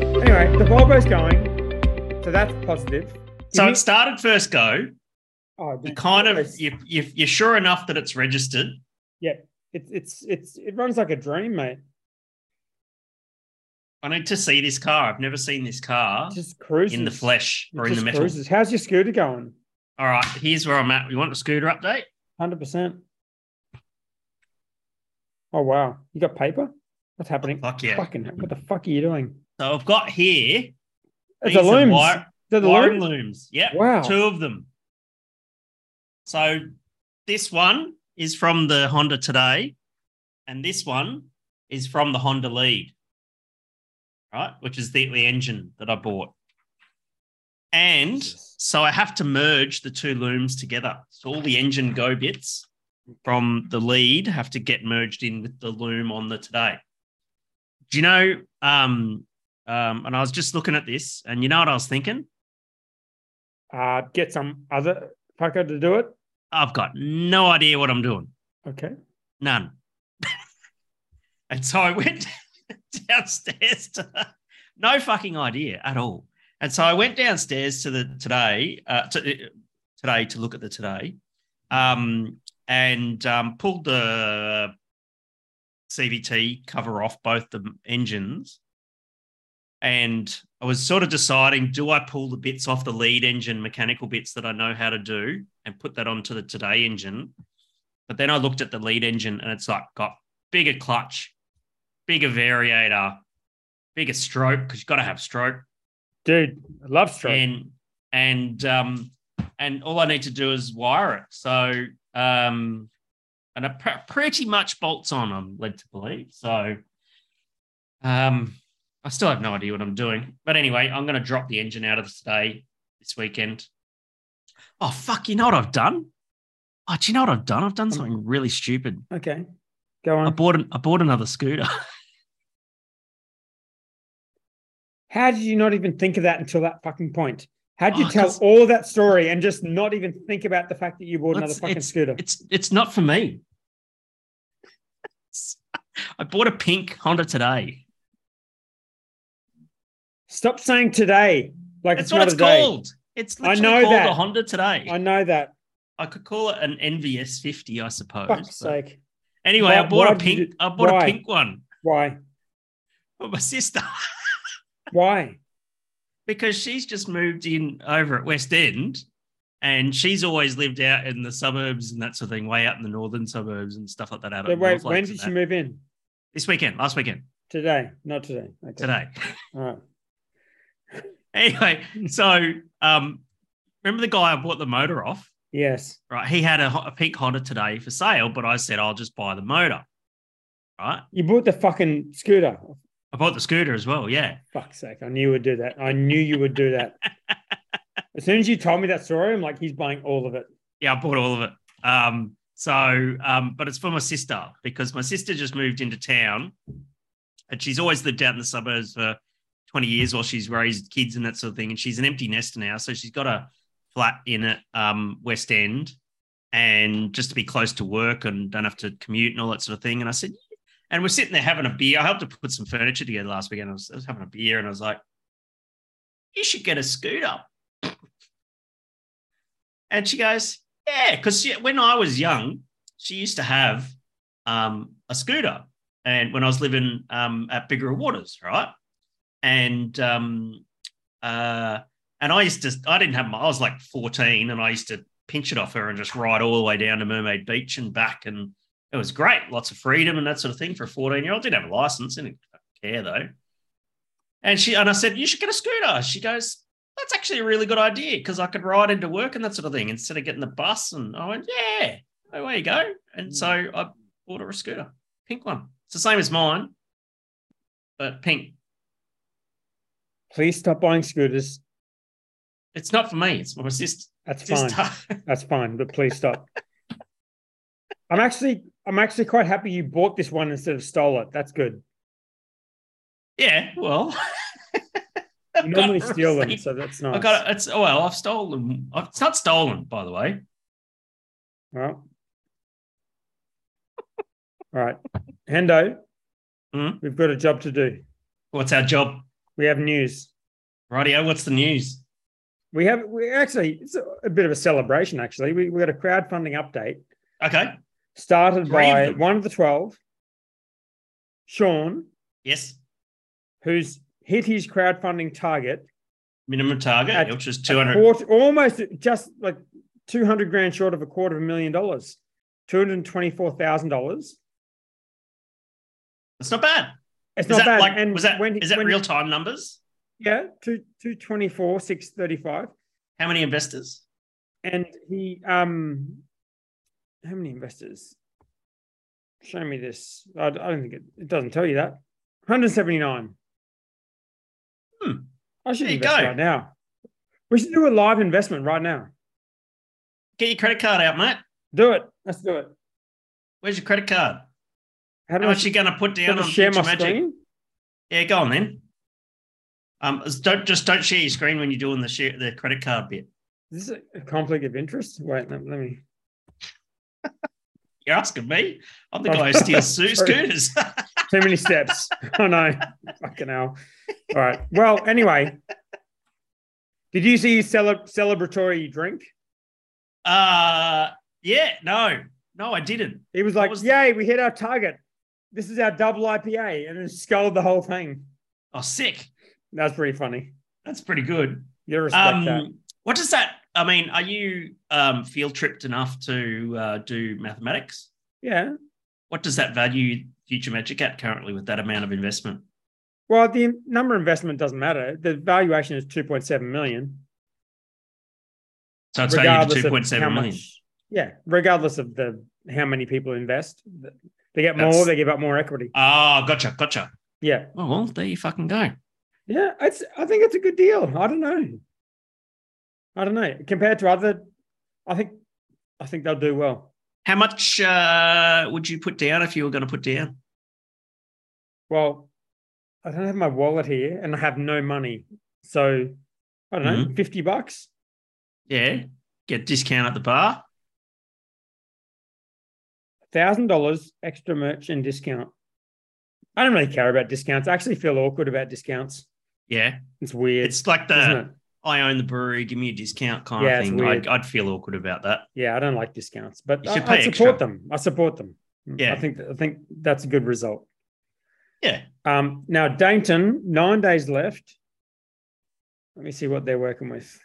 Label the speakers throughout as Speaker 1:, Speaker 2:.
Speaker 1: the Volvo's going, so that's positive.
Speaker 2: So
Speaker 1: Give me-
Speaker 2: it started first go.
Speaker 1: oh,
Speaker 2: You
Speaker 1: the-
Speaker 2: kind of
Speaker 1: it's-
Speaker 2: you, you you're sure enough that it's registered.
Speaker 1: it's it's it's it runs like a dream, mate.
Speaker 2: I need to see this car. I've never seen this car
Speaker 1: Just cruises
Speaker 2: in the flesh
Speaker 1: It
Speaker 2: or in the
Speaker 1: just
Speaker 2: metal.
Speaker 1: cruises. How's your scooter going?
Speaker 2: All right, here's where I'm at. You want a scooter update?
Speaker 1: Hundred percent. Oh wow, you got paper? What's happening?
Speaker 2: Fuck yeah.
Speaker 1: Fucking, what the fuck are you doing?
Speaker 2: So I've got here
Speaker 1: It's a
Speaker 2: these are
Speaker 1: looms.
Speaker 2: wire-
Speaker 1: They're the
Speaker 2: wiring
Speaker 1: looms?
Speaker 2: looms. Yep.
Speaker 1: Wow.
Speaker 2: Two of them. So this one is from the Honda today, and this one is from the Honda lead, right? Which is the, the engine that I bought. And
Speaker 1: Jesus.
Speaker 2: so I have to merge the two looms together. So all the engine go bits from the lead have to get merged in with the loom on the today. Do you know? Um, um, and I was just looking at this, and you know what I was thinking?
Speaker 1: Uh, get some other fucker to do it.
Speaker 2: I've got no idea what I'm doing.
Speaker 1: Okay.
Speaker 2: None. and so I went downstairs to no fucking idea at all. And so I went downstairs to the today uh, to, today to look at the today, um, and um, pulled the CVT cover off both the engines. And I was sort of deciding: do I pull the bits off the lead engine, mechanical bits that I know how to do, and put that onto the today engine? But then I looked at the lead engine and it's like got bigger clutch, bigger variator, bigger stroke because you've got to have stroke.
Speaker 1: Dude, I love stroke.
Speaker 2: And and um and all I need to do is wire it. So um and it pr- pretty much bolts on, I'm led to believe. So um I still have no idea what I'm doing. But anyway, I'm gonna drop the engine out of today this weekend. Oh fuck, you know what I've done? Oh, do you know what I've done? I've done something really stupid.
Speaker 1: okay. Go
Speaker 2: I
Speaker 1: on.
Speaker 2: bought an, I bought another scooter.
Speaker 1: How did you not even think of that until that fucking point? How'd you
Speaker 2: Oh,
Speaker 1: tell
Speaker 2: 'cause-
Speaker 1: all that story and just not even think about the fact that you bought another
Speaker 2: It's-
Speaker 1: fucking scooter?
Speaker 2: It's it's not for me. I bought a pink Honda today.
Speaker 1: Stop saying today. Like
Speaker 2: That's
Speaker 1: it's
Speaker 2: what
Speaker 1: not
Speaker 2: it's
Speaker 1: a day.
Speaker 2: called. It's
Speaker 1: I
Speaker 2: literally
Speaker 1: know
Speaker 2: called
Speaker 1: that.
Speaker 2: a Honda today.
Speaker 1: I
Speaker 2: I,
Speaker 1: know that.
Speaker 2: could call it an NVS 50, I suppose.
Speaker 1: Fuck's
Speaker 2: but-
Speaker 1: sake.
Speaker 2: Anyway,
Speaker 1: Why-
Speaker 2: I bought
Speaker 1: why
Speaker 2: a
Speaker 1: did you
Speaker 2: pink.
Speaker 1: do-
Speaker 2: I bought
Speaker 1: why?
Speaker 2: a pink one
Speaker 1: Why?
Speaker 2: for my sister
Speaker 1: Why?
Speaker 2: because she's just moved in over at West End, and she's always lived out in the suburbs and that sort of thing, way out in the northern suburbs and stuff like that. Out
Speaker 1: But
Speaker 2: at
Speaker 1: wait,
Speaker 2: North
Speaker 1: when
Speaker 2: Lakes
Speaker 1: did
Speaker 2: and
Speaker 1: you
Speaker 2: that.
Speaker 1: move in?
Speaker 2: This weekend, last weekend,
Speaker 1: Today. Not today. Okay.
Speaker 2: today.
Speaker 1: All right.
Speaker 2: anyway, so um, remember the guy I bought the motor off?
Speaker 1: Yes.
Speaker 2: Right, he had a, ho- a pink Honda today for sale, but I said I'll just buy the motor. Right,
Speaker 1: You bought the fucking scooter. Oh,
Speaker 2: I bought the scooter as well. Yeah,
Speaker 1: Fuck's sake. I knew you would do that. I knew you would do that. as soon as you told me that story, I'm like, he's buying all of it.
Speaker 2: yeah, I bought all of it. Um, so, um, but it's for my sister because my sister just moved into town, and she's always lived out in the suburbs for twenty years while she's raised kids and that sort of thing. And she's an empty nester now, so she's got a flat in at um, West End, and just to be close to work and don't have to commute and all that sort of thing. And I said, and we're sitting there having a beer. I helped her put some furniture together last weekend. I was, I was having a beer, and I was like, "You should get a scooter." And she goes, yeah, because when I was young, she used to have um, a scooter, and when I was living um, at Bigger Waters, right, and um, uh, and I used to, I didn't have my, I was like fourteen, and I used to pinch it off her and just ride all the way down to Mermaid Beach and back, and it was great, lots of freedom and that sort of thing for a fourteen-year-old. Didn't have a license, didn't care though. And she and I said, you should get a scooter. She goes, that's actually a really good idea because I could ride into work and that sort of thing instead of getting the bus. And I went, yeah, away you go. And so I bought her a scooter, pink one. It's the same as mine, but pink.
Speaker 1: Please stop buying scooters.
Speaker 2: It's not for me. It's for my sister.
Speaker 1: That's fine.
Speaker 2: sister.
Speaker 1: That's fine, but please stop. I'm actually I'm actually quite happy you bought this one instead of stole it. That's good.
Speaker 2: yeah, well.
Speaker 1: You normally steal them,
Speaker 2: receipt.
Speaker 1: so that's nice.
Speaker 2: I got it. It's oh well, I've stolen. I've- It's not stolen, by the way.
Speaker 1: Well. All right. Hendo,
Speaker 2: Hmm?
Speaker 1: we've got a job to do.
Speaker 2: What's our job?
Speaker 1: We have news.
Speaker 2: Rightio, what's the news?
Speaker 1: We have we actually it's a- a bit of a celebration. Actually, we we got a crowdfunding update
Speaker 2: Okay.
Speaker 1: started
Speaker 2: Three of
Speaker 1: by
Speaker 2: them.
Speaker 1: one of the twelve, Sean,
Speaker 2: Yes.
Speaker 1: who's hit his crowdfunding target,
Speaker 2: Minimum target,
Speaker 1: At-
Speaker 2: which is
Speaker 1: a
Speaker 2: 200.
Speaker 1: quarter- almost just like two hundred grand short of a quarter of a million dollars, two hundred twenty-four thousand dollars.
Speaker 2: That's not bad.
Speaker 1: It's
Speaker 2: is
Speaker 1: not
Speaker 2: that
Speaker 1: bad.
Speaker 2: like,
Speaker 1: and
Speaker 2: was that,
Speaker 1: when he-
Speaker 2: is that
Speaker 1: when
Speaker 2: real time numbers?
Speaker 1: Yeah, two two twenty four six thirty five,
Speaker 2: How many investors?
Speaker 1: and he um, how many investors? Show me this. I, I don't think it, it doesn't tell you that. One hundred seventy nine.
Speaker 2: Hmm.
Speaker 1: I should
Speaker 2: There you
Speaker 1: invest
Speaker 2: go.
Speaker 1: right now. We should do a live investment right now.
Speaker 2: Get your credit card out, mate.
Speaker 1: Do it. Let's do it.
Speaker 2: Where's your credit card?
Speaker 1: How do
Speaker 2: How
Speaker 1: I
Speaker 2: much you going to put
Speaker 1: do I
Speaker 2: down on
Speaker 1: share my
Speaker 2: Future Magic?
Speaker 1: screen?
Speaker 2: Yeah, go on then. Um, don't just don't share your screen when you're doing the share, the credit card bit.
Speaker 1: Is this a conflict of interest? Wait, let, let me.
Speaker 2: You're asking me. I'm the
Speaker 1: Oh,
Speaker 2: guy who steals soo-
Speaker 1: sorry.
Speaker 2: scooters.
Speaker 1: Too many steps. oh no. Fucking hell. All right. Well, anyway. Did you see his cele- celebratory drink?
Speaker 2: uh yeah, no, no, I didn't.
Speaker 1: He was like,
Speaker 2: was the-
Speaker 1: Yay, we hit our target. This is our double IPA. And then sculled the whole thing.
Speaker 2: Oh, sick.
Speaker 1: That was pretty funny.
Speaker 2: That's pretty good.
Speaker 1: You gotta respect that.
Speaker 2: Um, what does that? I mean, are you um, field tripped enough to uh, do mathematics?
Speaker 1: Yeah.
Speaker 2: What does that value Future Magic at currently with that amount of investment?
Speaker 1: Well, the number investment doesn't matter. The valuation is 2.7 million.
Speaker 2: So it's valued at two point
Speaker 1: how
Speaker 2: seven million.
Speaker 1: much. Yeah, regardless of the how many people invest, th- they get more.
Speaker 2: That's-
Speaker 1: They give up more equity.
Speaker 2: Oh, gotcha, gotcha.
Speaker 1: Yeah,
Speaker 2: Oh well, there you fucking go.
Speaker 1: yeah. It's. I think it's a good deal. I don't know. I don't know. Compared to other, I think, I think they'll do well.
Speaker 2: How much uh, would you put down if you were going to put down?
Speaker 1: Well, I don't have my wallet here, and I have no money, so I don't know. Fifty bucks.
Speaker 2: Yeah, get discount at the bar.
Speaker 1: thousand dollars extra merch and discount. I don't really care about discounts. I actually feel awkward about discounts.
Speaker 2: Yeah,
Speaker 1: It's weird,
Speaker 2: it's uh, like
Speaker 1: isn't
Speaker 2: the
Speaker 1: it?
Speaker 2: I own the brewery, give me a discount kind
Speaker 1: Yeah,
Speaker 2: of
Speaker 1: it's
Speaker 2: thing.
Speaker 1: weird.
Speaker 2: I'd, I'd feel awkward about that.
Speaker 1: Yeah, I don't like discounts, but
Speaker 2: You
Speaker 1: I,
Speaker 2: should
Speaker 1: I
Speaker 2: pay
Speaker 1: support
Speaker 2: extra.
Speaker 1: them. I support them.
Speaker 2: Yeah.
Speaker 1: I think I think that's a good result.
Speaker 2: Yeah,
Speaker 1: Um, now Dainton, nine days left. Let me see what they're working with.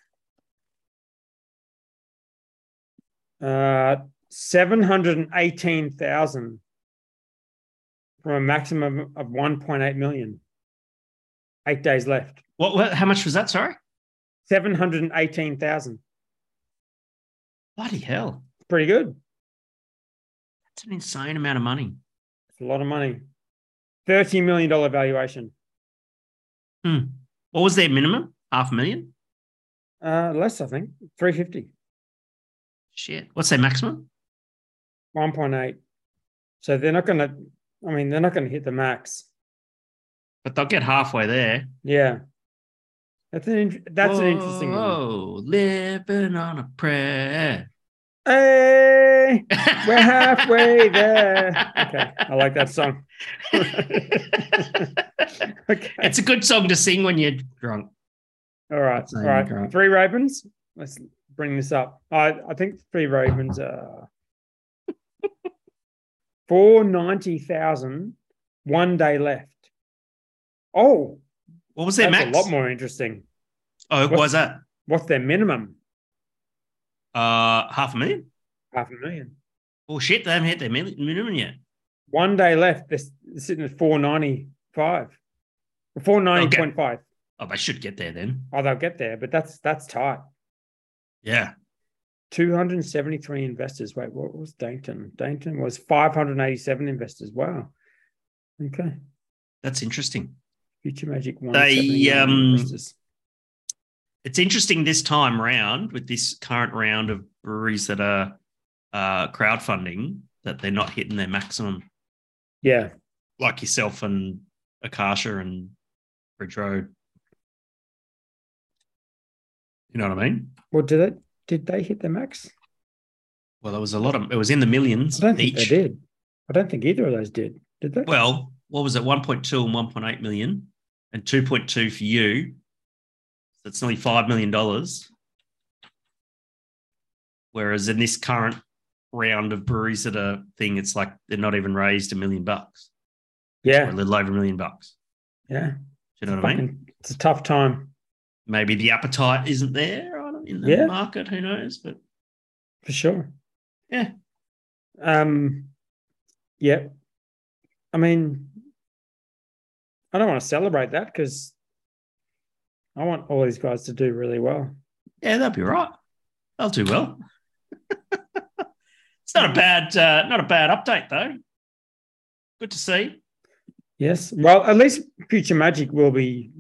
Speaker 1: Uh, seven hundred and eighteen thousand from a maximum of one point eight million. Eight days left.
Speaker 2: what, what? How much was that? Sorry,
Speaker 1: Seven hundred and eighteen thousand.
Speaker 2: bloody hell,
Speaker 1: Pretty good.
Speaker 2: that's an insane amount of money.
Speaker 1: It's a lot of money. Thirty million dollar valuation.
Speaker 2: Hmm. What was their minimum? Half a million.
Speaker 1: Uh, less, I think. 350,
Speaker 2: Shit. What's their maximum?
Speaker 1: 1.8. So they're not going to, I mean, they're not going to hit the max.
Speaker 2: But they'll get halfway there.
Speaker 1: Yeah. That's an, in- that's an interesting one.
Speaker 2: Oh, living on a prayer.
Speaker 1: Hey, we're halfway there. Okay. I like that song. Okay.
Speaker 2: It's a good song to sing when you're drunk.
Speaker 1: All right.
Speaker 2: That's
Speaker 1: All
Speaker 2: not even
Speaker 1: right.
Speaker 2: correct.
Speaker 1: Three Ravens. Let's bring this up. I, I think three Ravens are 490,000, one day left. Oh,
Speaker 2: What was their
Speaker 1: that's
Speaker 2: max?
Speaker 1: a lot more interesting.
Speaker 2: Oh, what
Speaker 1: What-
Speaker 2: was that?
Speaker 1: What's their minimum?
Speaker 2: Uh, half a million.
Speaker 1: Half a million.
Speaker 2: Oh shit, they haven't hit their mil- minimum yet.
Speaker 1: One day left. They're s- sitting at 495. 490.5.
Speaker 2: Oh, they should get there then.
Speaker 1: Oh, they'll get there, but that's that's tight.
Speaker 2: Yeah.
Speaker 1: 273 investors. Wait, what was Dainton? Dainton was 587 investors. Wow. Okay.
Speaker 2: That's interesting.
Speaker 1: Future Magic one.
Speaker 2: They, um, It's interesting this time round with this current round of breweries that are uh, crowdfunding that they're not hitting their maximum,
Speaker 1: yeah,
Speaker 2: like yourself and Akasha and Bridge Road. You know what I mean?
Speaker 1: well, did it? Did they hit the max?
Speaker 2: Well, there was a lot of it was in the
Speaker 1: I
Speaker 2: millions
Speaker 1: don't think
Speaker 2: each.
Speaker 1: they did. I don't think either of those did. Did they?
Speaker 2: Well, what was it? 1.2 and 1.8 million and 2.2 for you it's nearly five million dollars. Whereas in this current round of breweries that are thing, it's like they're not even raised a million bucks or a
Speaker 1: Yeah.
Speaker 2: little over a million bucks.
Speaker 1: Yeah.
Speaker 2: Do you know what I mean?
Speaker 1: Fucking- It's a tough time
Speaker 2: Maybe the appetite isn't there I don't- in the
Speaker 1: Yeah.
Speaker 2: market. Who knows? But
Speaker 1: for sure.
Speaker 2: Yeah.
Speaker 1: Um, yeah. I mean, I don't want to celebrate that because I want all these guys to do really well.
Speaker 2: yeah, they'll be all right. They'll do well. it's not a bad, uh, not a bad update though. Good to see.
Speaker 1: Yes. Well, at least Future Magic will be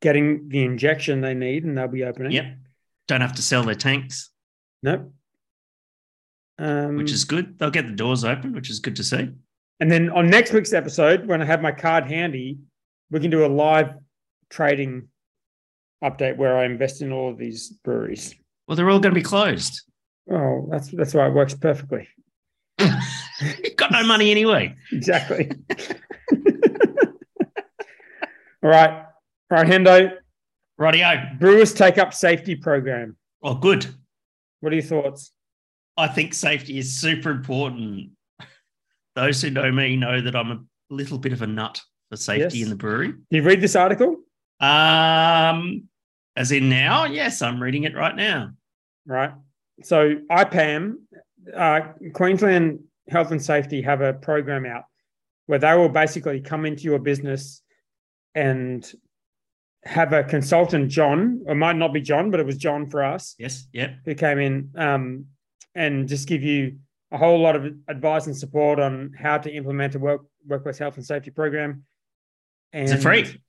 Speaker 1: getting the injection they need and they'll be opening.
Speaker 2: Yep. Don't have to sell their tanks,
Speaker 1: Nope. Um,
Speaker 2: which is good. They'll get the doors open, which is good to see.
Speaker 1: and then on next week's episode, when I have my card handy, we can do a live trading update where I invest in all of these breweries.
Speaker 2: Well, they're all going to be closed.
Speaker 1: Oh, that's that's why it works perfectly.
Speaker 2: You've got no money anyway.
Speaker 1: Exactly. all right. All right, Hendo.
Speaker 2: Rightio.
Speaker 1: Brewers take up safety program.
Speaker 2: Oh, good.
Speaker 1: What are your thoughts?
Speaker 2: I think safety is super important. Those who know me know that I'm a little bit of a nut for safety
Speaker 1: Yes.
Speaker 2: in the brewery.
Speaker 1: Do you read this article?
Speaker 2: Um, as in now, yes, I'm reading it right now.
Speaker 1: right? So IPAM, uh, Queensland Health and Safety have a program out where they will basically come into your business and have a consultant, John. It might not be John, but it was John for us
Speaker 2: Yes, yep,
Speaker 1: who came in um, and just give you a whole lot of advice and support on how to implement a work, workplace health and safety program. And
Speaker 2: Is it free?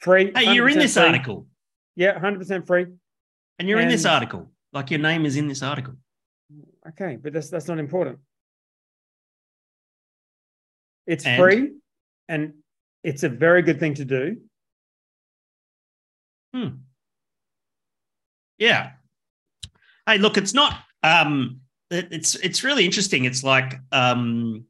Speaker 1: Free.
Speaker 2: Hey, you're in
Speaker 1: 100%
Speaker 2: this
Speaker 1: free.
Speaker 2: article,
Speaker 1: Yeah, hundred percent free.
Speaker 2: and you're in this
Speaker 1: And-
Speaker 2: article. Like your name is in this article.
Speaker 1: Okay, but that's that's not important. It's
Speaker 2: And?
Speaker 1: free and it's a very good thing to do.
Speaker 2: Yeah. Hey, look, it's not. Um, it- it's it's really interesting. It's like um,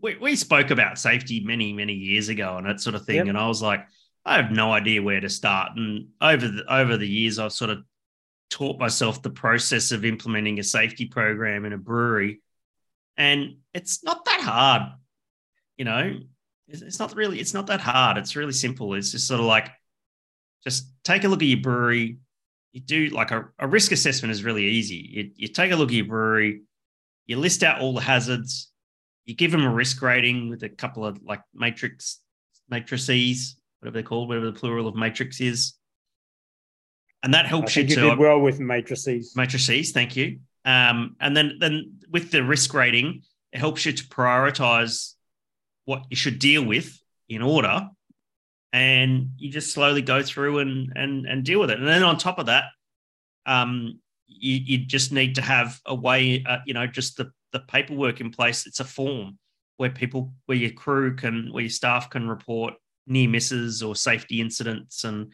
Speaker 2: we we spoke about safety many many years ago and that sort of thing,
Speaker 1: Yep.
Speaker 2: and I was like, I have no idea where to start. And over the over the years, I've sort of taught myself the process of implementing a safety program in a brewery, and it's not that hard. You know, it's, it's not really it's not that hard. It's really simple. It's just sort of like just take a look at your brewery, you do like a, a risk assessment is really easy. You, you take a look at your brewery, you list out all the hazards, you give them a risk rating with a couple of like matrix matrices, whatever they're called, whatever the plural of matrix is. And that
Speaker 1: I
Speaker 2: helps you
Speaker 1: think you
Speaker 2: to
Speaker 1: did well with matrices.
Speaker 2: matrices. Thank you. Um, and then then with the risk rating, it helps you to prioritize what you should deal with in order, and you just slowly go through and and and deal with it. And then on top of that, um, you you just need to have a way, uh, you know, just the the paperwork in place. It's a form where people, where your crew can, where your staff can report near misses or safety incidents, and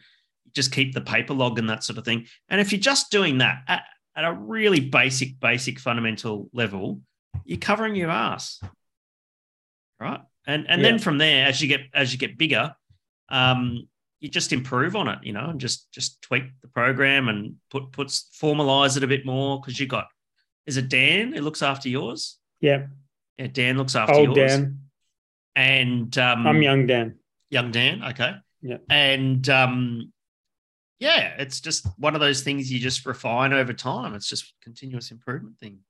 Speaker 2: just keep the paper log and that sort of thing. And if you're just doing that at, at a really basic, basic fundamental level, you're covering your ass, right? And and
Speaker 1: Yeah.
Speaker 2: then from there, as you get as you get bigger, um, you just improve on it, you know, and just just tweak the program and put puts formalize it a bit more because you got is it Dan who looks after yours?
Speaker 1: Yeah.
Speaker 2: Yeah, Dan looks after
Speaker 1: Old
Speaker 2: yours.
Speaker 1: Oh, Dan.
Speaker 2: And um,
Speaker 1: I'm young Dan.
Speaker 2: young Dan. Okay.
Speaker 1: Yeah.
Speaker 2: And um, yeah, it's just one of those things you just refine over time. It's just continuous improvement thing.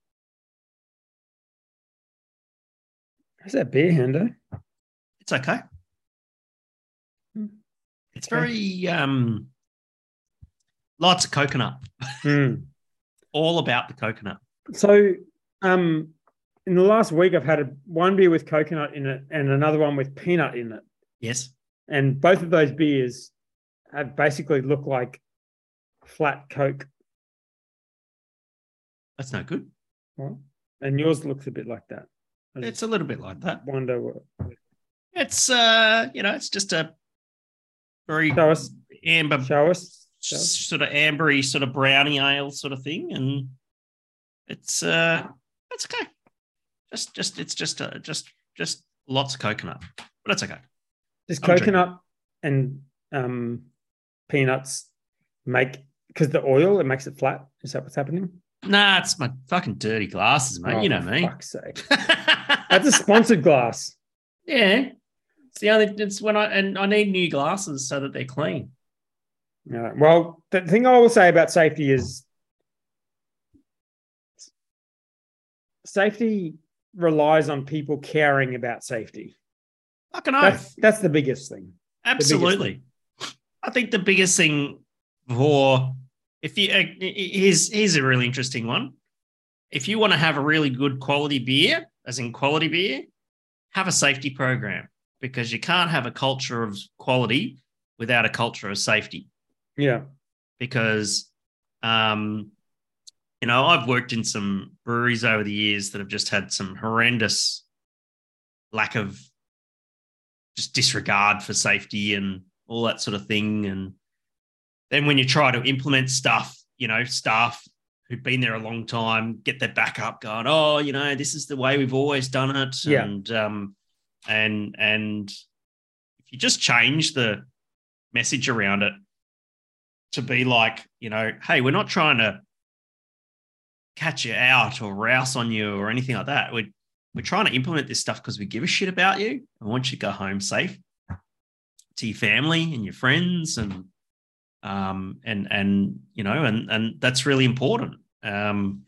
Speaker 1: How's that beer eh? hander?
Speaker 2: It's okay.
Speaker 1: Hmm.
Speaker 2: It's
Speaker 1: Okay.
Speaker 2: very um, lots of coconut. All about the coconut.
Speaker 1: Hmm. So um in the last week I've had a, one beer with coconut in it and another one with peanut in it.
Speaker 2: Yes.
Speaker 1: And both of those beers have basically looked like flat coke.
Speaker 2: That's no good.
Speaker 1: And yours looks a bit like that. I just
Speaker 2: It's a little bit like that.
Speaker 1: wonder what
Speaker 2: It's uh, you know, it's just a very
Speaker 1: show us
Speaker 2: amber
Speaker 1: show us
Speaker 2: s- sort of ambery, sort of brownie ale sort of thing, and it's uh, that's okay. Just, just it's just uh, just just lots of coconut, but that's okay.
Speaker 1: Just
Speaker 2: I'm
Speaker 1: coconut and um, peanuts make because the oil it makes it flat. Is that what's happening?
Speaker 2: Nah, it's my fucking dirty glasses, mate.
Speaker 1: Oh,
Speaker 2: you know
Speaker 1: for
Speaker 2: me.
Speaker 1: Fuck's sake. That's a sponsored glass.
Speaker 2: yeah. It's the only it's when I and I need new glasses so that they're clean.
Speaker 1: Yeah. Well, the thing I will say about safety is safety relies on people caring about safety.
Speaker 2: Fucking oath.
Speaker 1: That's that's the biggest thing. biggest thing.
Speaker 2: Absolutely. I think the biggest thing for if you uh, here's here's a really interesting one. If you want to have a really good quality beer, as in quality beer, have a safety program because you can't have a culture of quality without a culture of safety.
Speaker 1: Yeah.
Speaker 2: because um, you know I've worked in some breweries over the years that have just had some horrendous lack of just disregard for safety and all that sort of thing. And then when you try to implement stuff, you know, staff who've been there a long time get their back up, going, "Oh, you know, this is the way we've always done it,"
Speaker 1: Yeah.
Speaker 2: and um, and and if you just change the message around it to be like, you know, hey, we're not trying to catch you out or rouse on you or anything like that. We're we're trying to implement this stuff because we give a shit about you and want you to go home safe to your family and your friends and um and and you know and and that's really important. Um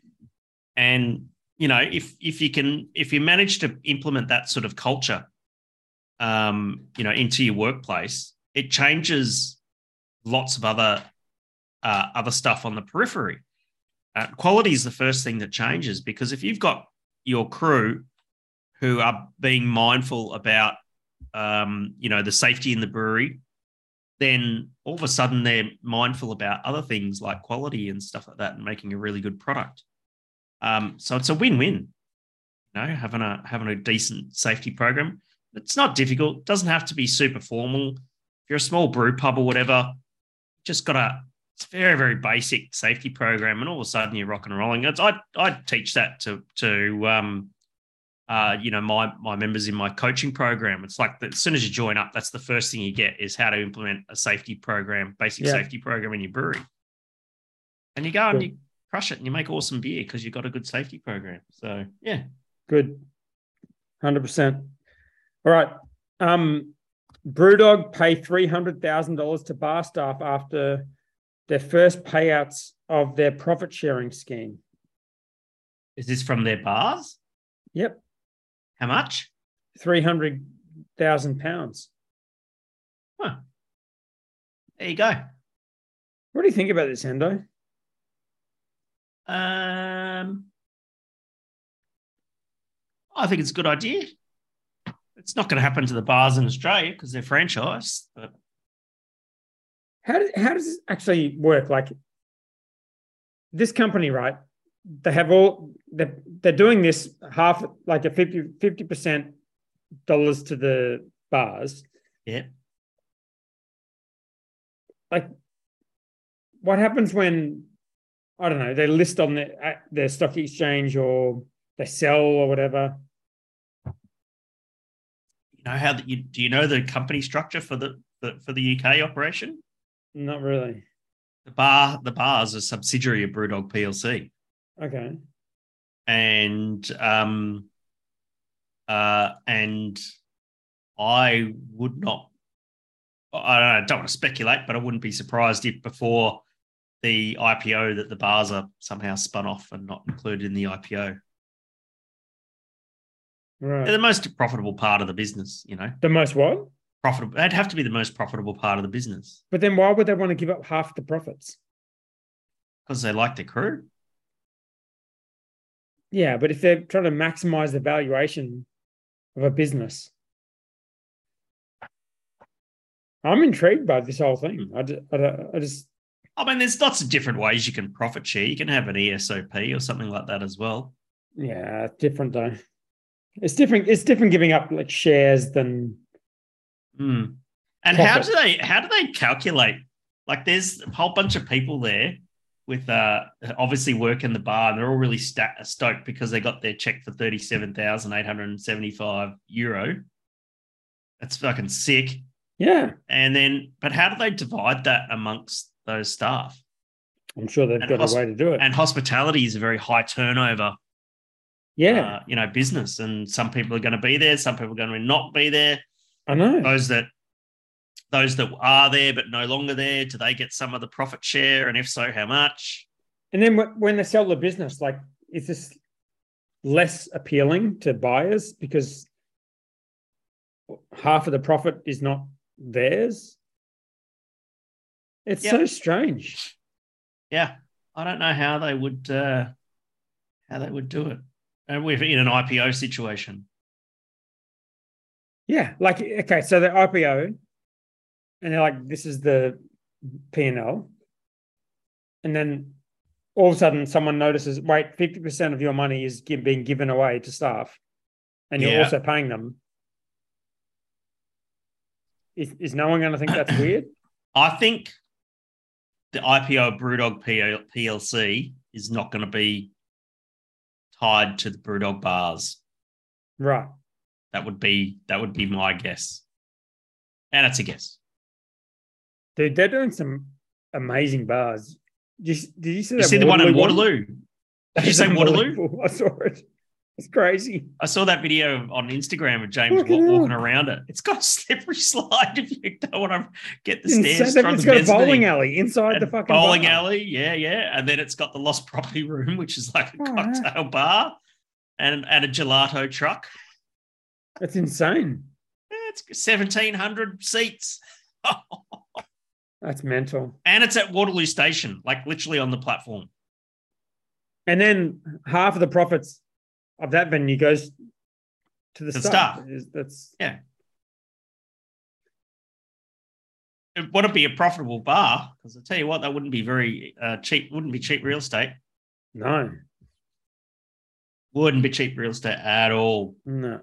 Speaker 2: and you know if if you can if you manage to implement that sort of culture um you know into your workplace, it changes lots of other uh, other stuff on the periphery. Uh, quality is the first thing that changes because if you've got your crew who are being mindful about um, you know the safety in the brewery, then all of a sudden they're mindful about other things like quality and stuff like that, and making a really good product. Um, so it's a win-win. You know, having a having a decent safety program. It's not difficult. Doesn't have to be super formal. If you're a small brew pub or whatever, just got a very very basic safety program, and all of a sudden you're rock and rolling. It's, I I teach that to to um, uh, you know my my members in my coaching program. It's like that as soon as you join up, that's the first thing you get is how to implement a safety program, basic
Speaker 1: Yeah.
Speaker 2: safety program in your brewery, and you go and
Speaker 1: Cool.
Speaker 2: you crush it and you make awesome beer because you've got a good safety program. So yeah,
Speaker 1: Good. 100%. All right. Um, Brewdog pay $300,000 to bar staff after their first payouts of their profit sharing scheme.
Speaker 2: is this from their bars?
Speaker 1: Yep.
Speaker 2: How much?
Speaker 1: 300,000 pounds.
Speaker 2: There you go.
Speaker 1: What do you think about this, Hendo?
Speaker 2: Um, I think it's a good idea. It's not going to happen to the bars in Australia because they're franchised. But
Speaker 1: How, do- how does this actually work? Like this company, right? They have all, they're, they're doing this half, like a 50, 50% dollars to the bars.
Speaker 2: yeah,
Speaker 1: what happens when I don't know they list on the at the stock exchange or they sell or whatever?
Speaker 2: you know how that you do. You know the company structure for the, the for the UK operation.
Speaker 1: Not really.
Speaker 2: The bar, the bars, a subsidiary of Brewdog PLC,
Speaker 1: Okay.
Speaker 2: and um, uh, and I would not. I don't, know, I don't want to speculate, but I wouldn't be surprised if before the IPO that the bars are somehow spun off and not included in the IPO.
Speaker 1: Right.
Speaker 2: They're the most profitable part of the business, you know.
Speaker 1: the most what?
Speaker 2: Profitable. They'd have to be the most profitable part of the business
Speaker 1: But then why would they want to give up half the profits?
Speaker 2: because they like their crew.
Speaker 1: Yeah, but if they're trying to maximize the valuation of a business, I'm intrigued by this whole thing. I just, I, don't- I just
Speaker 2: I mean, there's lots of different ways you can profit share. You can have an E ESOP or something like that as well.
Speaker 1: yeah, it's different though. It's different. It's different giving up like shares than
Speaker 2: Hmm. And
Speaker 1: Profit.
Speaker 2: how do they how do they calculate? Like, there's a whole bunch of people there with uh, obviously work in the bar, and they're all really sta stoked because they got their check for thirty seven thousand eight hundred and seventy five euro. That's fucking sick.
Speaker 1: yeah.
Speaker 2: And then, but how do they divide that amongst those staff.
Speaker 1: I'm sure they've
Speaker 2: And
Speaker 1: got
Speaker 2: hosp-
Speaker 1: a way to do it.
Speaker 2: And hospitality is a very high turnover,
Speaker 1: yeah,
Speaker 2: uh, you know, business. And some people are going to be there, some people are going to not be there.
Speaker 1: I know.
Speaker 2: Those that those that are there but no longer there, do they get some of the profit share? And if so, how much?
Speaker 1: And then wh- when they sell the business, like, is this less appealing to buyers because half of the profit is not theirs? It's
Speaker 2: Yep.
Speaker 1: so strange.
Speaker 2: Yeah, I don't know how they would uh, how they would do it. And we're in an IPO situation.
Speaker 1: Yeah, like okay, so the IPO, and they're like, "This is the P and L," and then all of a sudden, someone notices, "Wait, fifty percent of your money is gi- being given away to staff, and you're
Speaker 2: Yeah.
Speaker 1: also paying them." Is, is no one going to think that's weird?
Speaker 2: I think the IPO of Brewdog PL- PLC is not going to be tied to the Brewdog bars.
Speaker 1: Right.
Speaker 2: That would be that would be my guess, and it's a guess.
Speaker 1: Dude, they're doing some amazing bars. Did you, did you see,
Speaker 2: You
Speaker 1: that
Speaker 2: see the one
Speaker 1: one?
Speaker 2: in Waterloo? Did you
Speaker 1: That's
Speaker 2: say Waterloo?
Speaker 1: unbelievable. I saw it. It's crazy.
Speaker 2: I saw that video on Instagram of James
Speaker 1: Fucking
Speaker 2: wa-
Speaker 1: hell.
Speaker 2: walking around it. It's got a slippery slide if you don't want to get the
Speaker 1: Insane.
Speaker 2: stairs. from
Speaker 1: It's
Speaker 2: the
Speaker 1: got a
Speaker 2: mezzanine.
Speaker 1: bowling alley inside the
Speaker 2: And
Speaker 1: fucking
Speaker 2: bowling
Speaker 1: bar.
Speaker 2: alley. Yeah, yeah. And then it's got the lost property room, which is like a
Speaker 1: Oh, yeah.
Speaker 2: cocktail bar, and and a gelato truck.
Speaker 1: That's insane.
Speaker 2: Yeah, It's seventeen hundred seats,
Speaker 1: That's mental.
Speaker 2: and it's at Waterloo Station, like literally on the platform.
Speaker 1: And then half of the profits of that venue goes to the,
Speaker 2: The
Speaker 1: staff.
Speaker 2: staff.
Speaker 1: Is- That's
Speaker 2: It wouldn't be a profitable bar because I tell you what, that wouldn't be very uh, cheap. Wouldn't be cheap real estate.
Speaker 1: no,
Speaker 2: Wouldn't be cheap real estate at all.
Speaker 1: no.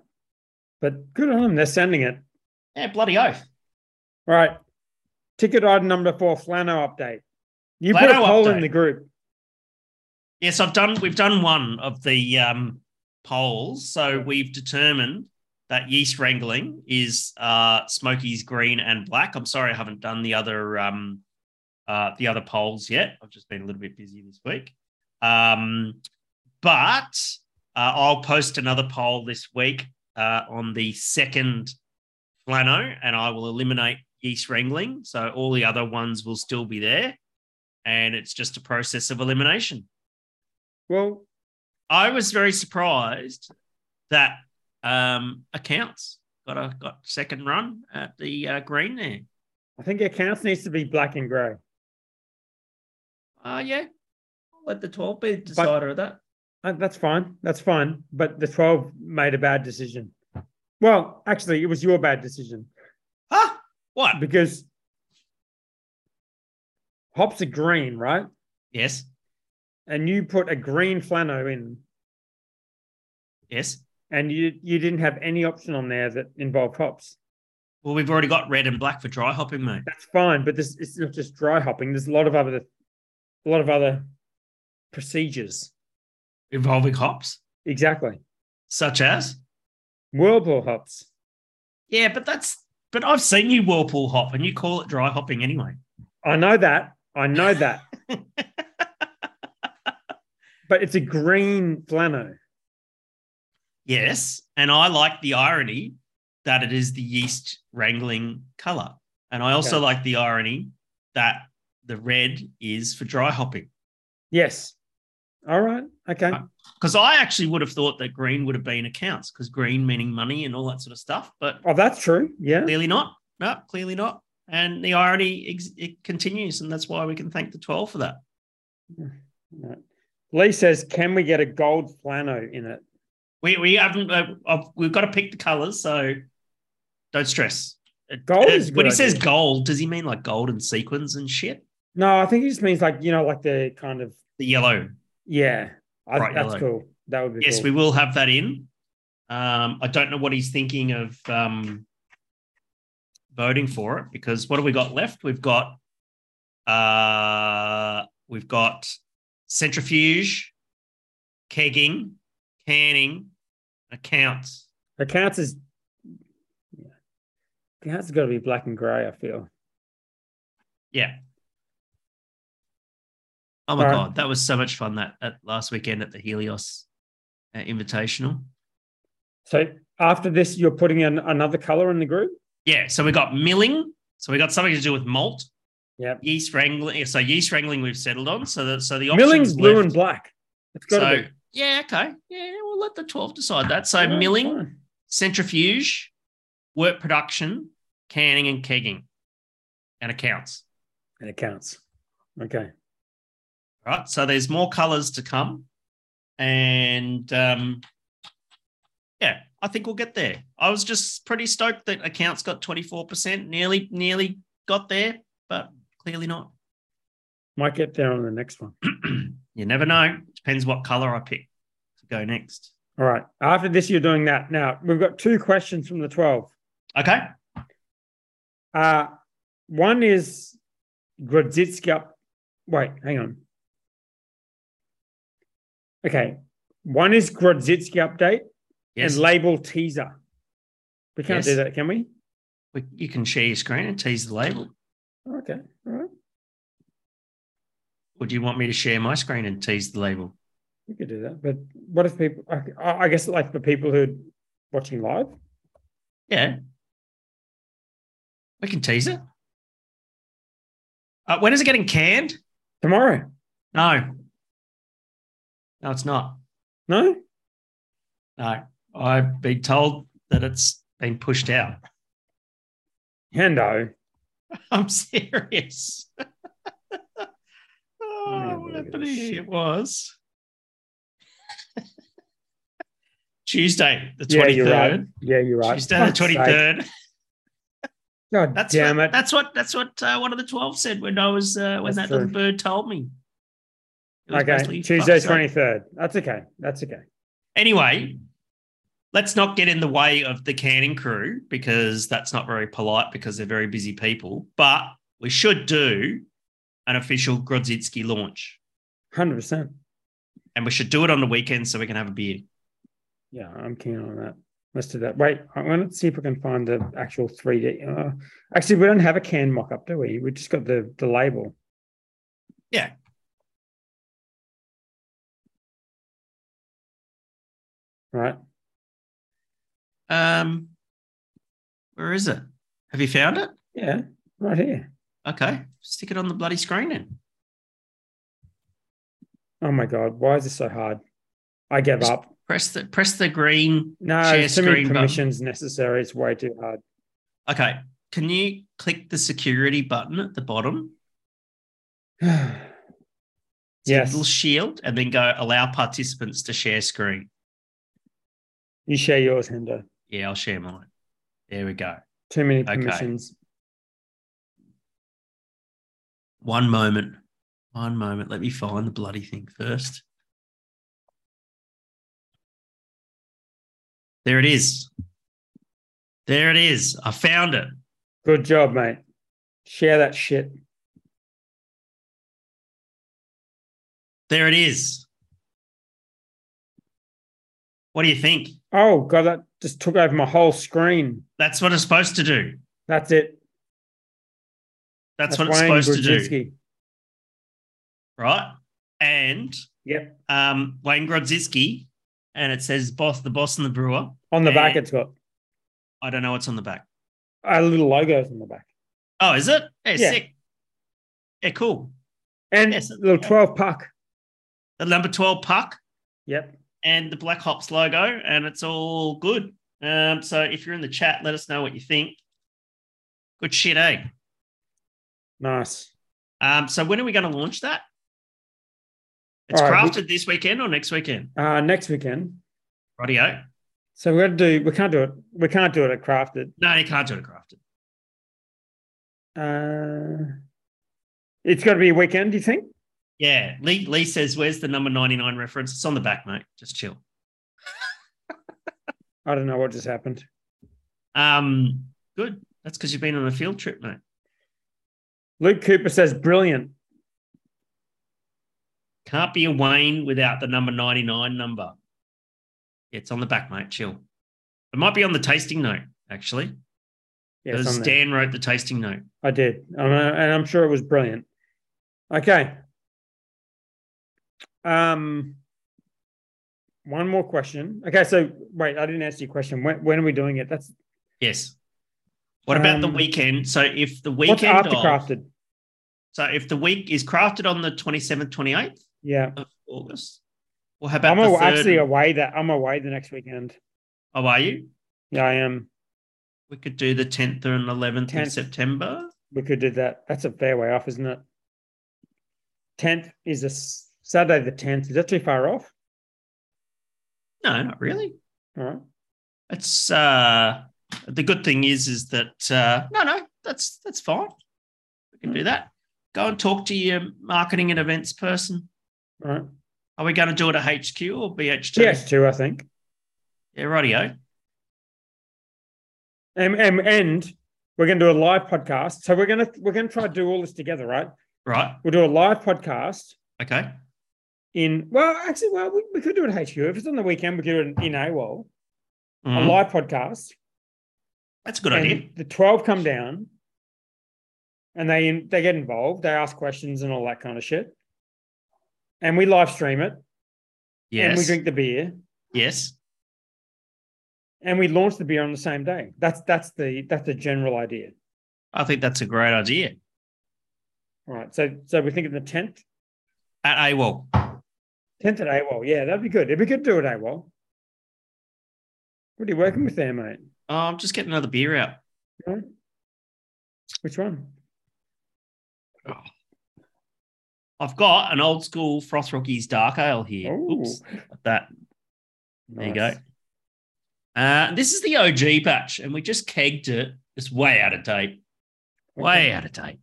Speaker 1: But good on them. They're sending it.
Speaker 2: Yeah, bloody oath.
Speaker 1: All right. Ticket item number four, Flano update. You put a
Speaker 2: Flano
Speaker 1: poll
Speaker 2: update.
Speaker 1: in the group.
Speaker 2: Yes, I've done. We've done one of the um, polls, so we've determined that yeast wrangling is uh, Smokies green and black. I'm sorry, I haven't done the other um, uh, the other polls yet. I've just been a little bit busy this week, um, but uh, I'll post another poll this week uh, on the second plano, and I will eliminate yeast wrangling. So all the other ones will still be there, and it's just a process of elimination.
Speaker 1: Well,
Speaker 2: I was very surprised that um, accounts got a got second run at the uh, green there.
Speaker 1: I think accounts needs to be black and grey.
Speaker 2: Oh yeah, I'll let the twelve be the decider of that.
Speaker 1: Uh, That's fine. That's fine. But the 12 made a bad decision. Well, actually, it was your bad decision.
Speaker 2: Huh? What?
Speaker 1: because hops are green, right?
Speaker 2: Yes,
Speaker 1: And you put a green flano in,
Speaker 2: yes.
Speaker 1: and you you didn't have any option on there that involved hops.
Speaker 2: Well, we've already got red and black for dry hopping, mate.
Speaker 1: That's fine, but this it's not just dry hopping. There's a lot of other, a lot of other procedures.
Speaker 2: Involving hops,
Speaker 1: Exactly,
Speaker 2: such as
Speaker 1: whirlpool hops.
Speaker 2: yeah, but that's but I've seen you whirlpool hop, and you call it dry hopping anyway.
Speaker 1: I know that. I know that. but it's a green flano.
Speaker 2: Yes, and I like the irony that it is the yeast wrangling color, and I also
Speaker 1: Okay.
Speaker 2: like the irony that the red is for dry hopping.
Speaker 1: Yes. All right. Okay.
Speaker 2: Right. Because I actually would have thought that green would have been accounts, because green meaning money and all that sort of stuff, but
Speaker 1: Oh, that's true. Yeah.
Speaker 2: clearly not. No, clearly not. And the irony ex- it continues, and that's why we can thank the twelve for that.
Speaker 1: Right. Lee says, "Can we get a gold flano in it?"
Speaker 2: We we haven't uh, I've, we've got to pick the colors, so don't stress.
Speaker 1: Gold is a
Speaker 2: when
Speaker 1: good
Speaker 2: Uh, he says
Speaker 1: idea.
Speaker 2: gold, does he mean like gold and sequins and shit?
Speaker 1: No, I think he just means like you know, like the kind of
Speaker 2: The yellow
Speaker 1: yeah. I,
Speaker 2: Bright
Speaker 1: that's
Speaker 2: yellow.
Speaker 1: cool. That would be
Speaker 2: yes,
Speaker 1: cool.
Speaker 2: we will have that in. Um, I don't know what he's thinking of um, voting for it because what have we got left? We've got uh, we've got centrifuge, kegging, canning, accounts.
Speaker 1: Accounts is yeah. accounts has got to be black and grey. I feel
Speaker 2: Yeah, Oh my
Speaker 1: All right.
Speaker 2: god, that was so much fun that, that last weekend at the Helios uh, Invitational.
Speaker 1: So after this, you're putting in another color in the group.
Speaker 2: Yeah, so we got milling. So we got something to do with malt.
Speaker 1: Yep.
Speaker 2: Yeast wrangling. So yeast wrangling we've settled on. So that so the options
Speaker 1: Milling's blue
Speaker 2: left-
Speaker 1: and black. It's got
Speaker 2: So
Speaker 1: to be.
Speaker 2: yeah, okay, yeah, we'll let the twelve decide that. So
Speaker 1: Yeah,
Speaker 2: milling,
Speaker 1: fine.
Speaker 2: centrifuge, work production, canning and kegging, and accounts.
Speaker 1: and it counts. Okay.
Speaker 2: Right. So there's more colours to come, and um, yeah, I think we'll get there. I was just pretty stoked that accounts got twenty four percent, nearly, nearly got there, but clearly not.
Speaker 1: Might get there on the next one.
Speaker 2: you never know. Depends what colour I pick to go next.
Speaker 1: All right. After this, you're doing that. Now we've got two questions from the twelve.
Speaker 2: Okay.
Speaker 1: Uh, one is Grodzitska. Wait, hang on. Okay. One is Grodzitska update
Speaker 2: Yes.
Speaker 1: and label teaser. We can't
Speaker 2: Yes.
Speaker 1: do that, can we?
Speaker 2: We- You can share your screen and tease the label.
Speaker 1: Okay. All right.
Speaker 2: Or do you want me to share my screen and tease the label?
Speaker 1: We could do that. But what if people, I, I guess, like the people who are watching live?
Speaker 2: Yeah. We can tease it. Uh, when is it getting canned?
Speaker 1: Tomorrow.
Speaker 2: No. No, it's not.
Speaker 1: No?
Speaker 2: No. I've been told that it's been pushed out.
Speaker 1: Hendo.
Speaker 2: I'm serious.
Speaker 1: have a
Speaker 2: oh,
Speaker 1: look at
Speaker 2: whatever
Speaker 1: this shit.
Speaker 2: it was. Tuesday, the 23rd.
Speaker 1: Yeah, you're right. Yeah, you're right.
Speaker 2: Tuesday, the
Speaker 1: Fuck's sake.
Speaker 2: 23rd.
Speaker 1: God
Speaker 2: That's
Speaker 1: damn
Speaker 2: what,
Speaker 1: it.
Speaker 2: That's what that's what uh, one of the twelve said when I was uh, when
Speaker 1: That's
Speaker 2: that little
Speaker 1: true.
Speaker 2: bird told me. It was
Speaker 1: Okay.
Speaker 2: basically,
Speaker 1: Tuesday,
Speaker 2: "Fuck's sake."
Speaker 1: 23rd. That's okay. That's okay.
Speaker 2: Anyway, let's not get in the way of the canning crew because that's not very polite because they're very busy people. But we should do an official Grodzitsky launch,
Speaker 1: 100%.
Speaker 2: and we should do it on the weekend so we can have a beer.
Speaker 1: Yeah, I'm keen on that. Let's do that. Wait, I want to see if we can find the actual 3D. Uh, actually, we don't have a can mock up, do we? We just got the, the label.
Speaker 2: Yeah.
Speaker 1: Right.
Speaker 2: Um, where is it? Have you found it?
Speaker 1: Yeah. Right here.
Speaker 2: Okay, stick it on the bloody screen then.
Speaker 1: Oh my God. Why is this so hard? I give
Speaker 2: Just-
Speaker 1: up.
Speaker 2: Press the press the green
Speaker 1: No,
Speaker 2: Share
Speaker 1: too many
Speaker 2: screen button.
Speaker 1: permissions necessary. It's way too hard.
Speaker 2: Okay. Can you click the security button at the bottom? See the
Speaker 1: yes.
Speaker 2: Little shield and then go allow participants to share screen.
Speaker 1: You share yours, Hendo.
Speaker 2: Yeah, I'll share mine. There we go.
Speaker 1: Too many
Speaker 2: Okay.
Speaker 1: permissions.
Speaker 2: One moment. One moment. Let me find the bloody thing first. There it is. There it is. I found it.
Speaker 1: Good job, mate. Share that shit.
Speaker 2: There it is. What do you think?
Speaker 1: Oh, God, that just took over my whole screen.
Speaker 2: That's what it's supposed to do.
Speaker 1: That's it.
Speaker 2: That's, what it's
Speaker 1: Wayne
Speaker 2: supposed to do.
Speaker 1: Grudzinski.
Speaker 2: Right. And
Speaker 1: Yep.
Speaker 2: um, Wayne Grodzicki, and it says both the boss and the brewer.
Speaker 1: On the back,
Speaker 2: And-
Speaker 1: it's got
Speaker 2: I don't know what's on the back.
Speaker 1: our little logos on the back.
Speaker 2: Oh, is it? Hey,
Speaker 1: Yeah.
Speaker 2: sick. Yeah, cool.
Speaker 1: And
Speaker 2: Yes.
Speaker 1: little 12 puck.
Speaker 2: The number 12 puck
Speaker 1: Yep.
Speaker 2: and the Black Hops logo, and it's all good. Um, so if you're in the chat, let us know what you think. Good shit, eh?
Speaker 1: Nice.
Speaker 2: Um, so when are we going to launch that? It's
Speaker 1: All right, we-
Speaker 2: crafted this weekend or next weekend?
Speaker 1: Uh, next weekend.
Speaker 2: Radio?
Speaker 1: So we're going to do, we can't do it. We can't do it at Crafted.
Speaker 2: No, you can't do it at crafted.
Speaker 1: Uh, it's got to be a weekend, do you think?
Speaker 2: Yeah. Lee, Lee says, where's the number 99 reference? It's on the back, mate. Just chill.
Speaker 1: I don't know what just happened.
Speaker 2: Um, good. That's because you've been on a field trip, mate.
Speaker 1: Luke Cooper says, brilliant.
Speaker 2: Can't be a Wayne without the number 99 number. It's on the back, mate. Chill. It might be on the tasting note, actually.
Speaker 1: Yes,
Speaker 2: Because
Speaker 1: on there.
Speaker 2: Dan wrote the tasting note.
Speaker 1: I did. I'm, uh, and I'm sure it was brilliant. Okay. Um, one more question. Okay, so wait, I didn't answer your question. When, when are we doing it? That's
Speaker 2: Yes. What about the
Speaker 1: Um,
Speaker 2: weekend? So if the
Speaker 1: what's
Speaker 2: weekend
Speaker 1: after
Speaker 2: of-
Speaker 1: crafted.
Speaker 2: so if the week is crafted on the 27th, 28th
Speaker 1: Yeah,
Speaker 2: of August, well, how about
Speaker 1: I'm
Speaker 2: the
Speaker 1: aw-
Speaker 2: third?
Speaker 1: actually away. That I'm away the next weekend.
Speaker 2: oh, are you?
Speaker 1: Yeah, I am.
Speaker 2: We could do the 10th and 11th of
Speaker 1: 10th.
Speaker 2: September.
Speaker 1: We could do that. That's a fair way off, isn't it? Tenth is a s- Saturday. The tenth is that too far off?
Speaker 2: No, not really.
Speaker 1: All right.
Speaker 2: It's uh the good thing is is that uh no no that's that's fine. We can
Speaker 1: Hmm.
Speaker 2: do that. Go and talk to your marketing and events person.
Speaker 1: All right.
Speaker 2: Are we going to do it at HQ or BHT?
Speaker 1: Yes, two, I think.
Speaker 2: Yeah, rightio.
Speaker 1: And, and Um, and we're gonna do a live podcast. So we're gonna we're gonna try to do all this together, right?
Speaker 2: Right.
Speaker 1: We'll do a live podcast
Speaker 2: Okay.
Speaker 1: in well, actually, well, we, we could do it at HQ. If it's on the weekend, we could do it in, in AWOL.
Speaker 2: Mhm.
Speaker 1: A live podcast.
Speaker 2: That's a good
Speaker 1: and
Speaker 2: idea.
Speaker 1: The twelve come down, and they they get involved. They ask questions and all that kind of shit. And we live stream it, and we
Speaker 2: Yes.
Speaker 1: drink the beer,
Speaker 2: yes.
Speaker 1: and we launch the beer on the same day. That's that's the that's the general idea.
Speaker 2: I think that's a great idea.
Speaker 1: All right. So so we think of the tenth,
Speaker 2: At AWOL.
Speaker 1: tenth at AWOL. Yeah, that'd be good. It'd be good to do it at AWOL. What are you working with there, mate?
Speaker 2: Oh, I'm just getting another beer out.
Speaker 1: Which one?
Speaker 2: I've got an old school Froth Rockies dark ale here.
Speaker 1: Oh,
Speaker 2: Oops, like that. There you go.
Speaker 1: nice.
Speaker 2: Uh, this is the OG batch, and we just kegged it. It's way out of date. Way
Speaker 1: Okay.
Speaker 2: out of date.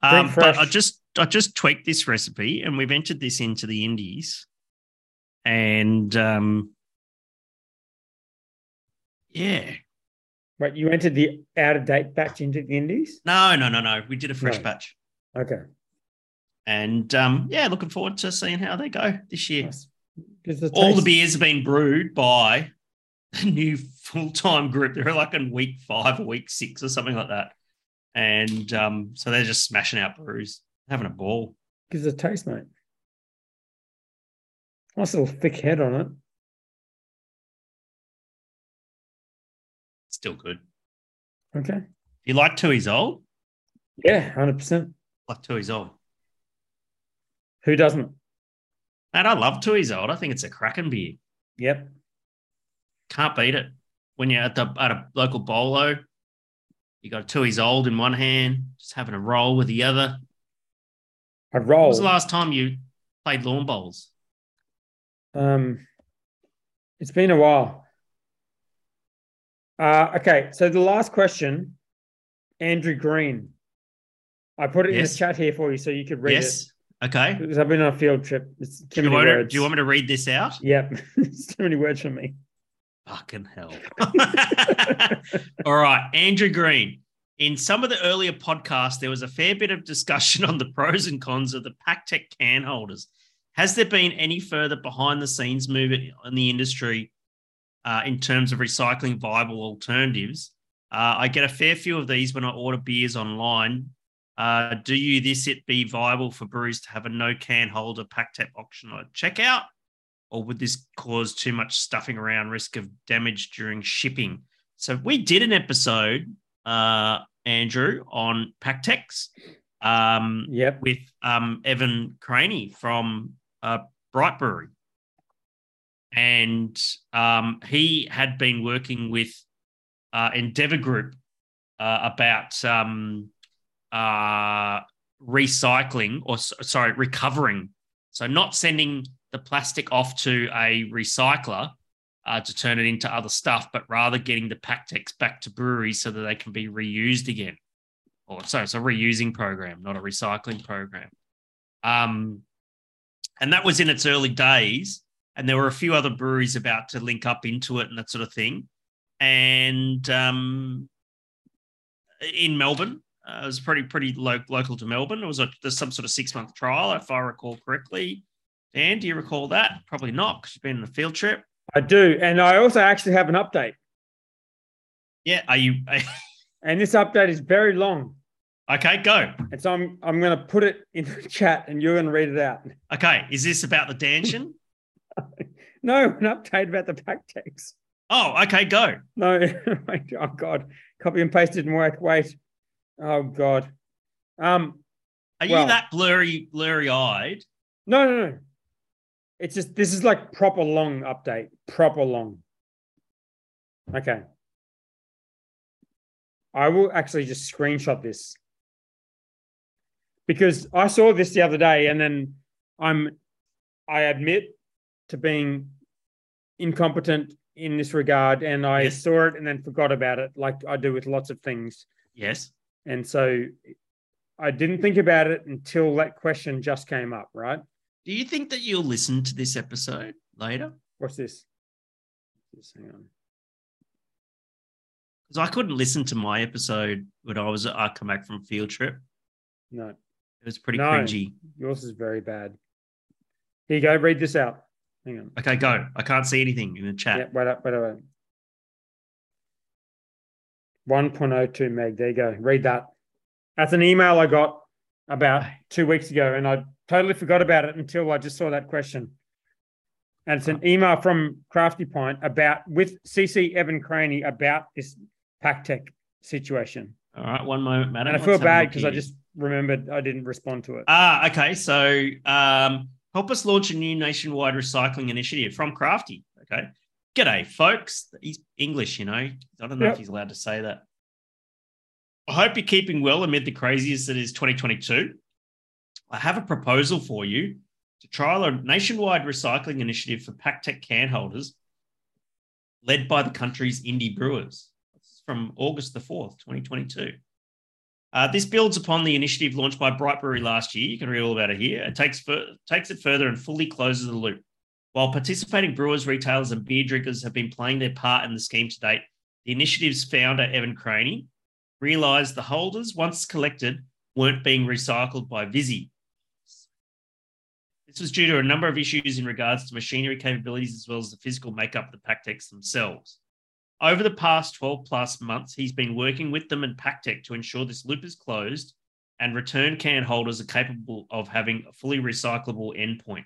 Speaker 2: Um, but I
Speaker 1: fresh.
Speaker 2: just I just tweaked this recipe, and we've entered this into the Indies, and um, yeah,
Speaker 1: Right, you entered the out of date batch into the Indies.
Speaker 2: no, no, no, no. We did a fresh
Speaker 1: No.
Speaker 2: batch,
Speaker 1: Okay.
Speaker 2: and um, yeah, looking forward to seeing how they go this year.
Speaker 1: Nice. 'Cause the
Speaker 2: All the
Speaker 1: taste-
Speaker 2: beers have been brewed by the new full time group. They're like in week five or week six or something like that. And um, so they're just smashing out brews, having a ball.
Speaker 1: Gives it a taste, mate. Nice little thick head on it.
Speaker 2: It's still good.
Speaker 1: Okay.
Speaker 2: You like two years old?
Speaker 1: Yeah, hundred percent.
Speaker 2: Like two years old.
Speaker 1: Who doesn't?
Speaker 2: And I love two years old. I think it's a cracking beer.
Speaker 1: Yep.
Speaker 2: Can't beat it. When you're at the at a local bolo, you got two years old in one hand, just having a roll with the other.
Speaker 1: I
Speaker 2: When
Speaker 1: roll.
Speaker 2: was the last time you played lawn bowls?
Speaker 1: Um, it's been a while. Uh, okay, so the last question, Andrew Green. I put it in
Speaker 2: Yes.
Speaker 1: the chat here for you so you could read
Speaker 2: yes. Okay.
Speaker 1: it because I've been on a field trip. It's too
Speaker 2: Do you,
Speaker 1: many
Speaker 2: want to,
Speaker 1: words.
Speaker 2: do you want me to read this out?
Speaker 1: Yep, it's too many words for me.
Speaker 2: Fucking hell. All right. Andrew Green. In some of the earlier podcasts, there was a fair bit of discussion on the pros and cons of the Pactec can holders. Has there been any further behind the scenes movement in the industry uh, in terms of recycling viable alternatives? Uh, I get a fair few of these when I order beers online. Uh, do you this it be viable for breweries to have a no can holder Pactec option at checkout? or would this cause too much stuffing around risk of damage during shipping? So we did an episode, uh, Andrew, on Pactex um,
Speaker 1: Yep.
Speaker 2: with um, Evan Craney from uh, Bright Brewery. And um, he had been working with uh, Endeavor Group uh, about um, uh, recycling or, s- sorry, recovering. So, not sending the plastic off to a recycler uh, to turn it into other stuff, but rather getting the Pactex back to breweries so that they can be reused again or so it's a reusing program, not a recycling program. Um, and that was in its early days, and there were a few other breweries about to link up into it and that sort of thing. And um, in Melbourne, uh, it was pretty pretty lo- local to Melbourne. It was a, there's some sort of six month trial, if I recall correctly. Dan, do you recall that? Probably not, because you've been on a field trip.
Speaker 1: I do. And I also actually have an update.
Speaker 2: Yeah, are you?
Speaker 1: And this update is very long.
Speaker 2: Okay, go.
Speaker 1: And so I'm I'm going to put it in the chat, and you're going to read it out.
Speaker 2: Okay, is this about the Danshin?
Speaker 1: No, an update about the pack text.
Speaker 2: oh, okay, go.
Speaker 1: No, wait, oh god, copy and paste didn't work. Wait, oh god. Um,
Speaker 2: Are
Speaker 1: Well-
Speaker 2: you that blurry, blurry eyed?
Speaker 1: no, no, no. It's just this is like proper long update, proper long. Okay. I will actually just screenshot this because I saw this the other day, and then I'm, I admit to being incompetent in this regard, and I
Speaker 2: Yes.
Speaker 1: saw it and then forgot about it, like I do with lots of things.
Speaker 2: Yes.
Speaker 1: And so I didn't think about it until that question just came up, right?
Speaker 2: Do you think that you'll listen to this episode later?
Speaker 1: What's this? Just hang on.
Speaker 2: Because I couldn't listen to my episode when I was I come back from field trip.
Speaker 1: No,
Speaker 2: It was pretty
Speaker 1: No.
Speaker 2: cringy.
Speaker 1: yours is very bad. Here you go. Read this out. Hang on.
Speaker 2: Okay, go. I can't see anything in the chat.
Speaker 1: Yeah, wait up, wait up. One point oh two meg. There you go. Read that. That's an email I got about two weeks ago, and I totally forgot about it until I just saw that question. And it's an email from Crafty Pint about with CC Evan Craney about this pack tech situation.
Speaker 2: All right, one moment,
Speaker 1: And
Speaker 2: madam.
Speaker 1: I
Speaker 2: Let's
Speaker 1: feel
Speaker 2: have a
Speaker 1: bad
Speaker 2: look
Speaker 1: because I
Speaker 2: here.
Speaker 1: just remembered I didn't respond to it.
Speaker 2: Ah, okay. So um, help us launch a new nationwide recycling initiative from Crafty. Okay. G'day, folks. He's English, you know. I don't know
Speaker 1: Yep.
Speaker 2: if he's allowed to say that. I hope you're keeping well amid the craziest that is 2022. I have a proposal for you to trial a nationwide recycling initiative for PackTech can holders led by the country's indie brewers. This is from August the 4th, 2022. Uh, this builds upon the initiative launched by Bright Brewery last year. You can read all about it here. It takes fur- takes it further and fully closes the loop. While participating brewers, retailers, and beer drinkers have been playing their part in the scheme to date, the initiative's founder, Evan Craney, realised the holders, once collected, weren't being recycled by Visi. This was due to a number of issues in regards to machinery capabilities as well as the physical makeup of the Pactex themselves. Over the past 12 plus months, he's been working with them and Pactec to ensure this loop is closed and return can holders are capable of having a fully recyclable endpoint.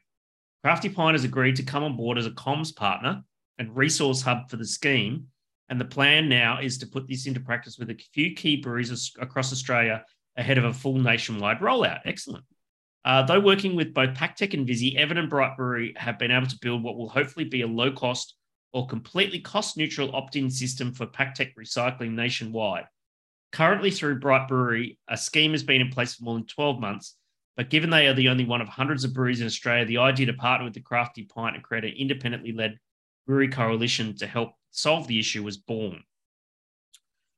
Speaker 2: Crafty Pine has agreed to come on board as a comms partner and resource hub for the scheme. And the plan now is to put this into practice with a few key breweries as- across Australia ahead of a full nationwide rollout. Excellent. Uh, though working with both Pactec and Visi, Evan and Bright Brewery have been able to build what will hopefully be a low cost, or completely cost neutral opt in system for PackTech recycling nationwide. Currently, through Bright Brewery, a scheme has been in place for more than 12 months, but given they are the only one of hundreds of breweries in Australia, the idea to partner with the Crafty Pint and create an independently led brewery coalition to help solve the issue was born.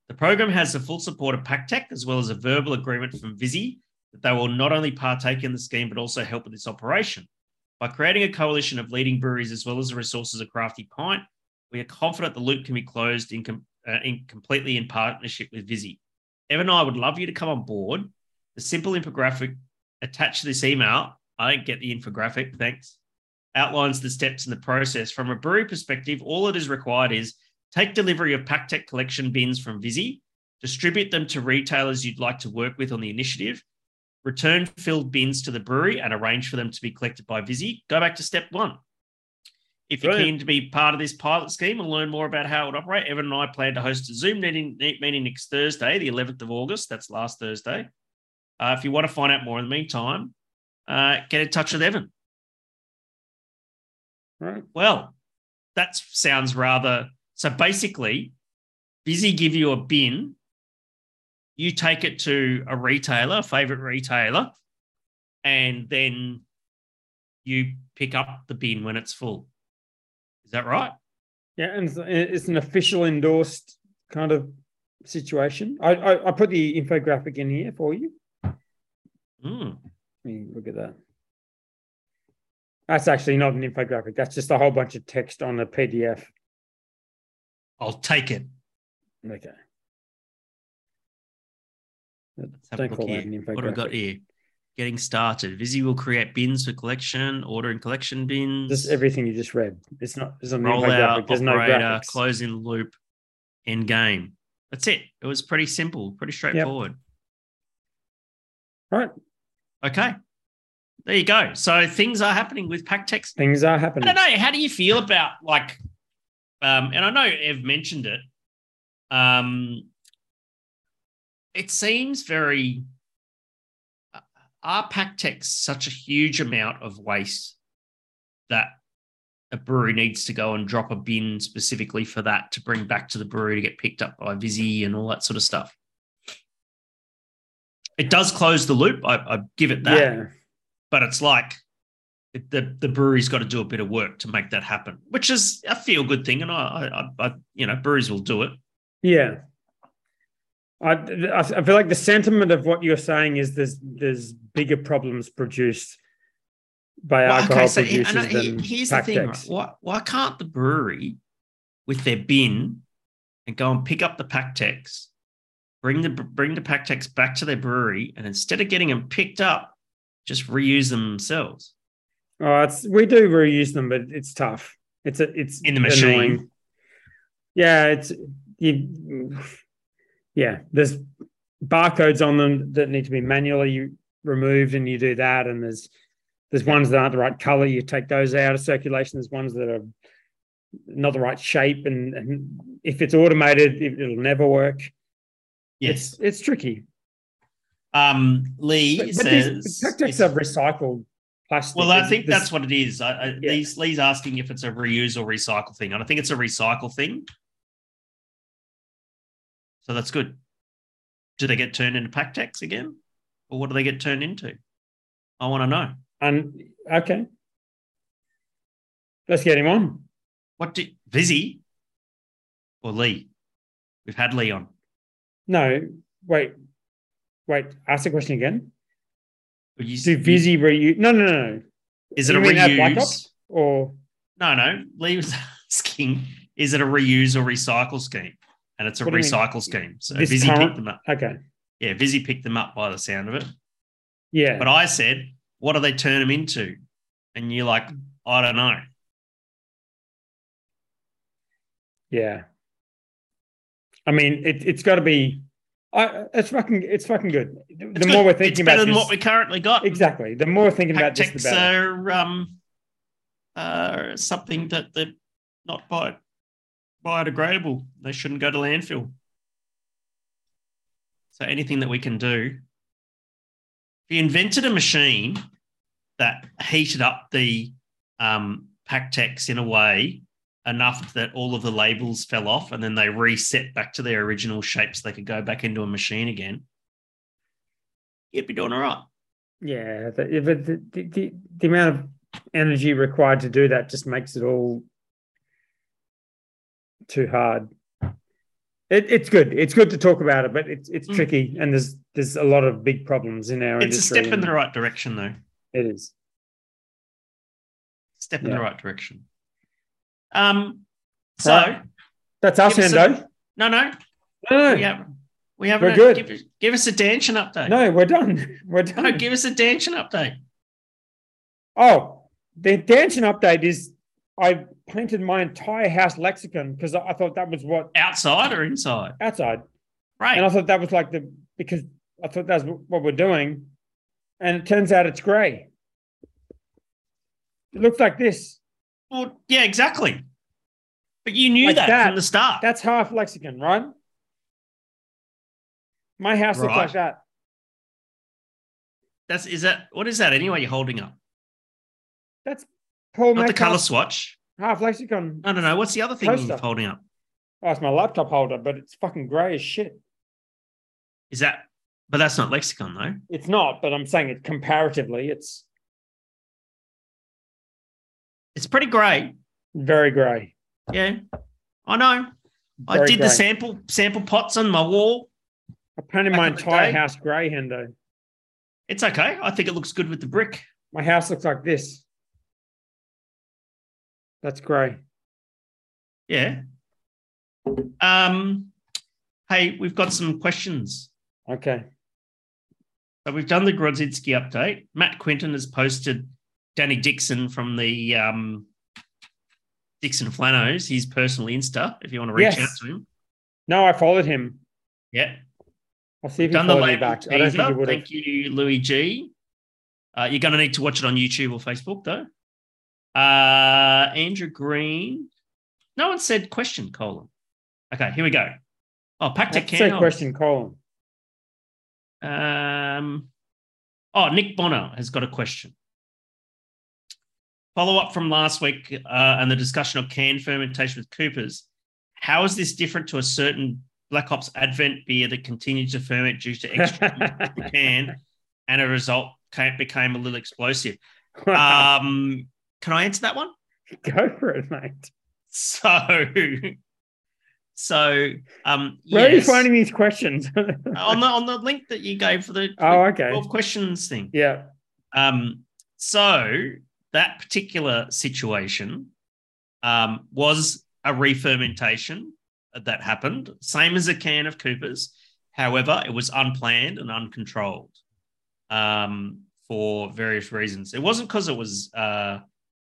Speaker 2: The program has the full support of PackTech as well as a verbal agreement from Visi that they will not only partake in the scheme but also help with its operation. By creating a coalition of leading breweries as well as the resources of Crafty Pint, we are confident the loop can be closed in, com- uh, in completely in partnership with Visi. Evan and I would love you to come on board. The simple infographic attached to this email, I don't get the infographic, thanks, outlines the steps in the process. From a brewery perspective, all that is required is take delivery of PackTech collection bins from Visi, distribute them to retailers you'd like to work with on the initiative, return filled bins to the brewery and arrange for them to be collected by Visi. Go back to step one. If you're
Speaker 1: Brilliant.
Speaker 2: keen to be part of this pilot scheme and learn more about how it would operate, Evan and I plan to host a Zoom meeting, meeting next Thursday, the 11th of August. That's last Thursday. Uh, if you want to find out more in the meantime, uh, get in touch with Evan.
Speaker 1: All right.
Speaker 2: Well, that sounds rather so. Basically, busy give you a bin, you take it to a retailer, favorite retailer, and then you pick up the bin when it's full. Is that right?
Speaker 1: Yeah, and it's, it's an official endorsed kind of situation. I, I I put the infographic in here for you.
Speaker 2: Hmm.
Speaker 1: Let me look at that. That's actually not an infographic. That's just a whole bunch of text on a PDF.
Speaker 2: I'll take it.
Speaker 1: Okay.
Speaker 2: Let's have
Speaker 1: Don't
Speaker 2: a look
Speaker 1: call
Speaker 2: here.
Speaker 1: that an
Speaker 2: What have I got here? Getting started. Visi will create bins for collection, order and collection bins.
Speaker 1: Just everything you just read. It's not. It's not an infographic.
Speaker 2: rollout,
Speaker 1: There's no
Speaker 2: operator,
Speaker 1: graphics.
Speaker 2: closing loop, end game. That's it. It was pretty simple, pretty straightforward.
Speaker 1: Right.
Speaker 2: Okay. There you go. So things are happening with pack text.
Speaker 1: Things are
Speaker 2: I
Speaker 1: happening.
Speaker 2: don't know. How do you feel about like, um, and I know Ev mentioned it. Um, it seems very. uh, Are pack techs such a huge amount of waste that a brewery needs to go and drop a bin specifically for that to bring back to the brewery to get picked up by Vizzy and all that sort of stuff? It does close the loop. I, I give it that
Speaker 1: Yeah.
Speaker 2: but it's like it- the the brewery's got to do a bit of work to make that happen, which is a feel good thing, and I, I, I, you know, breweries will do it.
Speaker 1: Yeah. I, I I feel like the sentiment of what you're saying is there's there's bigger problems produced by
Speaker 2: Well,
Speaker 1: alcohol
Speaker 2: he-
Speaker 1: producers
Speaker 2: and I- he-
Speaker 1: than
Speaker 2: here's the
Speaker 1: pack
Speaker 2: thing: right?
Speaker 1: techs.
Speaker 2: why why can't the brewery with their bin and go and pick up the pack techs, bring the bring the pack techs back to their brewery, and instead of getting them picked up, just reuse them themselves?
Speaker 1: Oh, it's we do reuse them, but it's tough. It's a, it's
Speaker 2: In the machine.
Speaker 1: annoying. Yeah, it's you. Yeah, there's barcodes on them that need to be manually removed, and you do that. And there's there's ones that aren't the right color. You take those out of circulation. There's ones that are not the right shape, and, and if it's automated, it, it'll never work. it's, it's tricky.
Speaker 2: Um, Lee
Speaker 1: But, but
Speaker 2: says
Speaker 1: these tactics are recycled plastic.
Speaker 2: Well, I think
Speaker 1: There's-
Speaker 2: that's what it is. I, I,
Speaker 1: Yeah.
Speaker 2: Lee's, Lee's asking if it's a reuse or recycle thing, and I think it's a recycle thing. So that's good. Do they get turned into pack techs again, or what do they get turned into? I want to know.
Speaker 1: And okay, let's get him on.
Speaker 2: What do Vizzy or Lee? We've had Lee on.
Speaker 1: No, wait, wait. Ask the question again.
Speaker 2: You-
Speaker 1: Do Vizzy reuse? No, no, no, no.
Speaker 2: Is it a
Speaker 1: you mean our Black
Speaker 2: reuse?
Speaker 1: Ops? Or
Speaker 2: No, no. Lee was asking, is it a reuse or recycle scheme? And it's a
Speaker 1: What do you mean?
Speaker 2: recycle scheme. So
Speaker 1: This
Speaker 2: Vizzy
Speaker 1: current-
Speaker 2: picked them up.
Speaker 1: okay,
Speaker 2: Yeah, Vizzy picked them up by the sound of it.
Speaker 1: yeah.
Speaker 2: But I said, what do they turn them into? And you're like, I don't know.
Speaker 1: Yeah. I mean, it, it's got to be. I, it's fucking. It's fucking good. The
Speaker 2: It's
Speaker 1: more
Speaker 2: good.
Speaker 1: we're
Speaker 2: it's
Speaker 1: thinking
Speaker 2: better
Speaker 1: about
Speaker 2: than
Speaker 1: this,
Speaker 2: what we currently got.
Speaker 1: exactly. The more we're thinking about this, the
Speaker 2: Tactics
Speaker 1: better.
Speaker 2: are um, uh, something that they're not bio- biodegradable. They shouldn't go to landfill. So anything that we can do. If you invented a machine that heated up the um, Pactex in a way enough that all of the labels fell off and then they reset back to their original shape so they could go back into a machine again, you'd be doing all right.
Speaker 1: Yeah, the, but the, the, the, the amount of energy required to do that just makes it all too hard. It, it's good. It's good to talk about it, but it's it's
Speaker 2: Mm.
Speaker 1: tricky, and there's there's a lot of big problems in our
Speaker 2: It's a
Speaker 1: industry.
Speaker 2: step in
Speaker 1: and
Speaker 2: the right direction, though.
Speaker 1: It is.
Speaker 2: Step in
Speaker 1: Yeah.
Speaker 2: the right direction. Um. So
Speaker 1: Right. That's us,
Speaker 2: Give us a-
Speaker 1: Ando.
Speaker 2: no, no,
Speaker 1: No,
Speaker 2: we
Speaker 1: no,
Speaker 2: have we have
Speaker 1: We're good.
Speaker 2: Give, give us a Danchen update.
Speaker 1: no, we're done. We're
Speaker 2: no,
Speaker 1: done.
Speaker 2: no, give us a Danchen update.
Speaker 1: Oh, the dancing update is I painted my entire house lexicon because I I thought that was what
Speaker 2: Outside or inside?
Speaker 1: outside.
Speaker 2: Right.
Speaker 1: And I thought that was like the because I thought that's what we're doing. And it turns out it's grey. It looks like this.
Speaker 2: well, yeah, exactly. But you knew
Speaker 1: Like
Speaker 2: that,
Speaker 1: that.
Speaker 2: from the start.
Speaker 1: That's half lexicon, right? My house looks
Speaker 2: Right.
Speaker 1: like that.
Speaker 2: That's is that what is that anyway? You're holding up
Speaker 1: That's Paul
Speaker 2: not the
Speaker 1: Metcalfe's
Speaker 2: color swatch.
Speaker 1: half lexicon.
Speaker 2: No, no, no. What's the other thing
Speaker 1: Poster.
Speaker 2: you're holding up?
Speaker 1: Oh, it's my laptop holder, but it's fucking grey as shit.
Speaker 2: Is that? But that's not lexicon though.
Speaker 1: It's not, but I'm saying it comparatively, it's
Speaker 2: It's pretty great.
Speaker 1: very grey.
Speaker 2: Yeah, I know. I
Speaker 1: Very
Speaker 2: did the
Speaker 1: grey.
Speaker 2: sample sample pots on my wall.
Speaker 1: I painted
Speaker 2: Back
Speaker 1: my
Speaker 2: in the
Speaker 1: entire
Speaker 2: day.
Speaker 1: house grey, Hendo.
Speaker 2: It's okay. I think it looks good with the brick.
Speaker 1: My house looks like this. That's grey.
Speaker 2: Yeah. Um, hey, we've got some questions.
Speaker 1: Okay.
Speaker 2: So we've done the Grodzinski update. Matt Quinton has posted Danny Dixon from the um, Dixon Flanos, his personal Insta, if you want to reach
Speaker 1: Yes.
Speaker 2: out to him.
Speaker 1: No, I followed him.
Speaker 2: Yeah.
Speaker 1: I'll see if
Speaker 2: Done
Speaker 1: he
Speaker 2: the
Speaker 1: followed me
Speaker 2: label
Speaker 1: back.
Speaker 2: teaser.
Speaker 1: I don't think he would have.
Speaker 2: Thank you, Louis G. Uh, you're going to need to watch it on YouTube or Facebook, though. Uh, Andrew Green. No one said question, colon. Okay, here we go. Oh, Pacta
Speaker 1: That's a
Speaker 2: Can.
Speaker 1: question, Colin.
Speaker 2: Um, oh, Nick Bonner has got a question. Follow up from last week uh, and the discussion of canned fermentation with Coopers. How is this different to a certain Black Ops Advent beer that continued to ferment due to extra the can and a result ca- became a little explosive? Um, can I answer that one?
Speaker 1: Go for it, mate.
Speaker 2: So, so um,
Speaker 1: Where are you
Speaker 2: yes.
Speaker 1: finding these questions?
Speaker 2: on the on the link that you gave for the
Speaker 1: oh, okay.
Speaker 2: 12 questions thing?
Speaker 1: Yeah.
Speaker 2: Um, so that particular situation um, was a refermentation that happened, same as a can of Cooper's. However, it was unplanned and uncontrolled um, for various reasons. It wasn't because it was uh,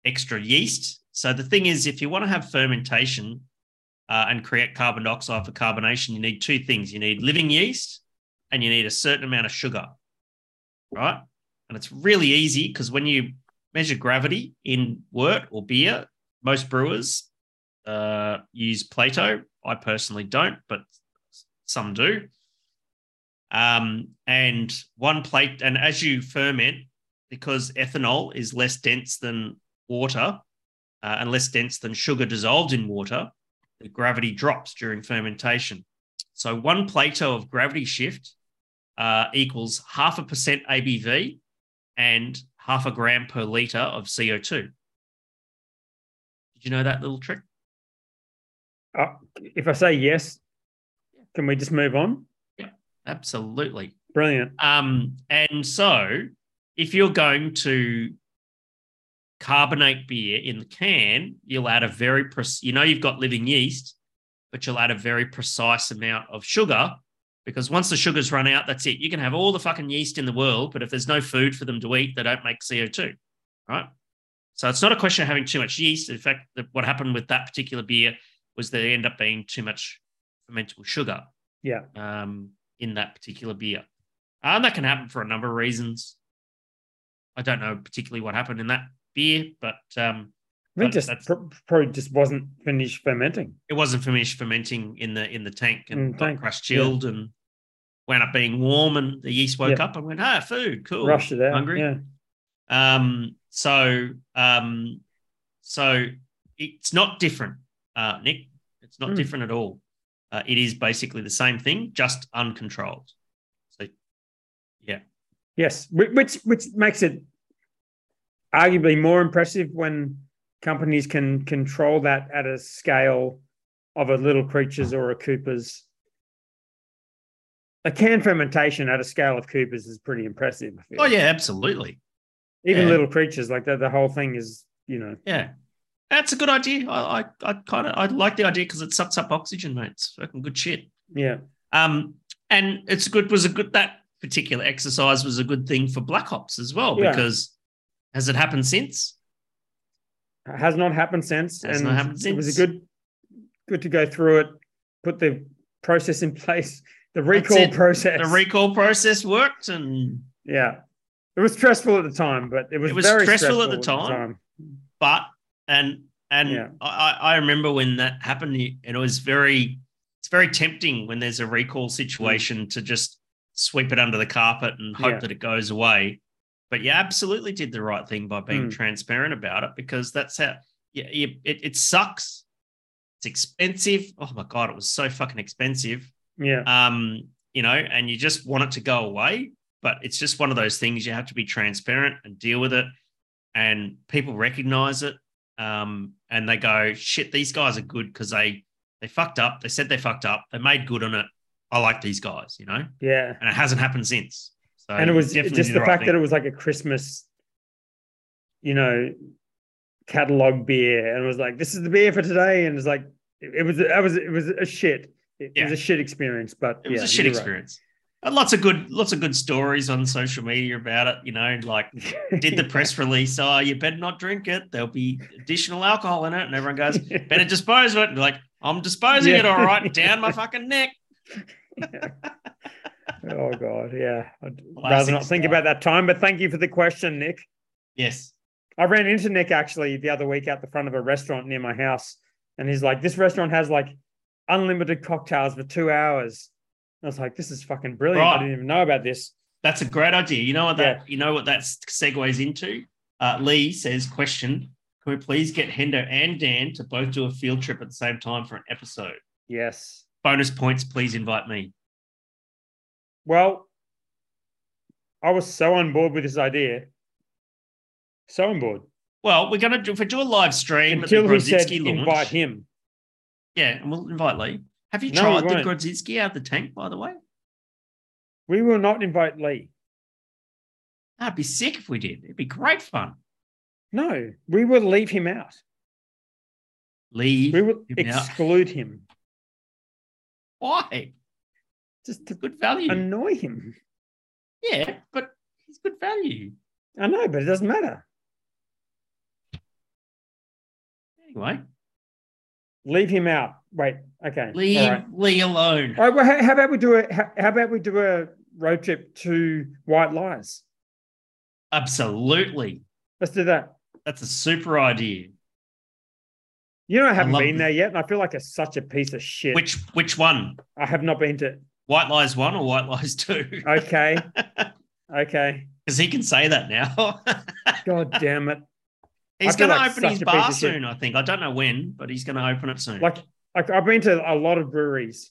Speaker 2: extra yeast. So the thing is, if you want to have fermentation uh, and create carbon dioxide for carbonation, you need two things: you need living yeast and you need a certain amount of sugar, right? And it's really easy because when you measure gravity in wort or beer, most brewers uh, use Plato. I personally don't, but some do. Um, and one plate, and as you ferment, because ethanol is less dense than water uh, and less dense than sugar dissolved in water, the gravity drops during fermentation. So one Plato of gravity shift uh, equals half a percent ABV and half a gram per liter of CO2. Did you know that little trick?
Speaker 1: Uh, if I say yes, can we just move on?
Speaker 2: Absolutely.
Speaker 1: Brilliant.
Speaker 2: Um, and so, if you're going to carbonate beer in the can, you'll add a very precise, you know, you've got living yeast, but you'll add a very precise amount of sugar because once the sugar's run out, that's it. You can have all the fucking yeast in the world, but if there's no food for them to eat, they don't make CO2, right? So, it's not a question of having too much yeast. In fact, the, what happened with that particular beer was they end up being too much fermentable sugar
Speaker 1: Yeah.
Speaker 2: um, in that particular beer. And Uh, that can happen for a number of reasons. I don't know particularly what happened in that beer, but um,
Speaker 1: I think
Speaker 2: But
Speaker 1: just
Speaker 2: that's-
Speaker 1: pro- probably just wasn't finished fermenting.
Speaker 2: it wasn't finished fermenting in the in the tank and
Speaker 1: In the
Speaker 2: got
Speaker 1: tank,
Speaker 2: crushed chilled and wound up being warm and the yeast woke up and went, ah, food, cool.
Speaker 1: Rushed it out.
Speaker 2: Hungry?
Speaker 1: Yeah.
Speaker 2: Um, so um, so it's not different, uh, Nick. It's not
Speaker 1: Hmm.
Speaker 2: different at all. Uh, it is basically the same thing, just uncontrolled. So
Speaker 1: Yes. Wh- Which which makes it arguably more impressive when companies can control that at a scale of a little creatures or a Cooper's. A can fermentation at a scale of Cooper's is pretty impressive. I feel.
Speaker 2: oh yeah, absolutely.
Speaker 1: Even
Speaker 2: yeah.
Speaker 1: little creatures like that. The whole thing is, you know,
Speaker 2: Yeah. That's a good idea. I I, I kind of I like the idea because it sucks up oxygen, mate. It's fucking good shit.
Speaker 1: yeah.
Speaker 2: Um, and it's good was a good that particular exercise was a good thing for Black Ops as well
Speaker 1: Yeah.
Speaker 2: because has it happened since?
Speaker 1: has not happened since.
Speaker 2: Has
Speaker 1: and
Speaker 2: not happened
Speaker 1: It was
Speaker 2: since.
Speaker 1: a good, good to go through it, put the process in place, the
Speaker 2: That's
Speaker 1: recall
Speaker 2: it.
Speaker 1: process.
Speaker 2: The recall process worked, and
Speaker 1: yeah, it was stressful at the time, but it was,
Speaker 2: It was
Speaker 1: very
Speaker 2: stressful at the
Speaker 1: time.
Speaker 2: time. but and and
Speaker 1: Yeah.
Speaker 2: I, I I remember when that happened, and it was very it's very tempting when there's a recall
Speaker 1: Mm.
Speaker 2: situation to just sweep it under the carpet and hope
Speaker 1: Yeah.
Speaker 2: that it goes away. But you absolutely did the right thing by being
Speaker 1: Mm.
Speaker 2: transparent about it because that's how yeah you, it it sucks. It's expensive. Oh my god, it was so fucking expensive
Speaker 1: Yeah,
Speaker 2: um, you know, and you just want it to go away. But it's just one of those things you have to be transparent and deal with it. And people recognize it. Um, and they go, shit, these guys are good because they they fucked up. They said they fucked up. They made good on it. I like these guys, you know,
Speaker 1: yeah.
Speaker 2: and it hasn't happened since. So
Speaker 1: and it was
Speaker 2: Uh, definitely
Speaker 1: just
Speaker 2: did
Speaker 1: the
Speaker 2: right
Speaker 1: fact
Speaker 2: thing.
Speaker 1: that it was like a Christmas, you know, catalog beer, and it was like, this is the beer for today, and it's like, it it was, that was, it was a shit. It
Speaker 2: Yeah.
Speaker 1: was a shit experience, but
Speaker 2: it was
Speaker 1: yeah,
Speaker 2: a shit
Speaker 1: you're right.
Speaker 2: experience. And lots of good, lots of good stories on social media about it. You know, like did the press release? Oh, you better not drink it. There'll be additional alcohol in it, and everyone goes, better dispose of it. And you're like, I'm disposing it
Speaker 1: Yeah.
Speaker 2: all right, down my fucking neck.
Speaker 1: Oh, God. Yeah. I'd rather
Speaker 2: Classic
Speaker 1: not think
Speaker 2: stuff.
Speaker 1: about that time, but thank you for the question, Nick.
Speaker 2: Yes.
Speaker 1: I ran into Nick actually the other week out the front of a restaurant near my house. And he's like, this restaurant has like unlimited cocktails for two hours. And I was like, this is fucking brilliant. I
Speaker 2: Right.
Speaker 1: didn't even know about this.
Speaker 2: That's a great idea. You know what that you know what that segues into? Uh, Lee says, question. Can we please get Hendo and Dan to both do a field trip at the same time for an episode?
Speaker 1: Yes.
Speaker 2: Bonus points, please invite me.
Speaker 1: Well, I was so on board with this idea. So on board.
Speaker 2: Well, we're gonna do if we do a live stream
Speaker 1: Until
Speaker 2: at
Speaker 1: he
Speaker 2: the Grodzitsky
Speaker 1: said,
Speaker 2: launch.
Speaker 1: invite him.
Speaker 2: Yeah, and we'll invite Lee. Have you
Speaker 1: No, we
Speaker 2: tried the
Speaker 1: won't.
Speaker 2: Grodzitsky out of the tank, by the way?
Speaker 1: We will not invite Lee.
Speaker 2: That'd be sick if we did. It'd be great fun.
Speaker 1: No, we will leave him out.
Speaker 2: Leave.
Speaker 1: We will
Speaker 2: him out.
Speaker 1: exclude him
Speaker 2: Why?
Speaker 1: just to
Speaker 2: Good value.
Speaker 1: annoy him.
Speaker 2: yeah, but he's good value.
Speaker 1: I know, but it doesn't matter.
Speaker 2: Anyway,
Speaker 1: Leave him out. Wait. Okay. all
Speaker 2: leave
Speaker 1: right.
Speaker 2: Lee alone.
Speaker 1: All right, well, how how about we do a how, how about we do a road trip to White Lies?
Speaker 2: Absolutely.
Speaker 1: Let's do that.
Speaker 2: That's a super idea.
Speaker 1: You know, I haven't
Speaker 2: love
Speaker 1: been
Speaker 2: it.
Speaker 1: there yet, and I feel like it's such a piece of shit.
Speaker 2: Which which one?
Speaker 1: I have not been to.
Speaker 2: White Lies one or White Lies two?
Speaker 1: Okay, okay.
Speaker 2: Because he can say that now.
Speaker 1: God damn it!
Speaker 2: he's
Speaker 1: feel
Speaker 2: going
Speaker 1: like
Speaker 2: to open
Speaker 1: such
Speaker 2: his
Speaker 1: a piece
Speaker 2: bar
Speaker 1: of shit.
Speaker 2: soon, I think. I don't know when, but he's going to open it soon.
Speaker 1: Like, like I've been to a lot of breweries,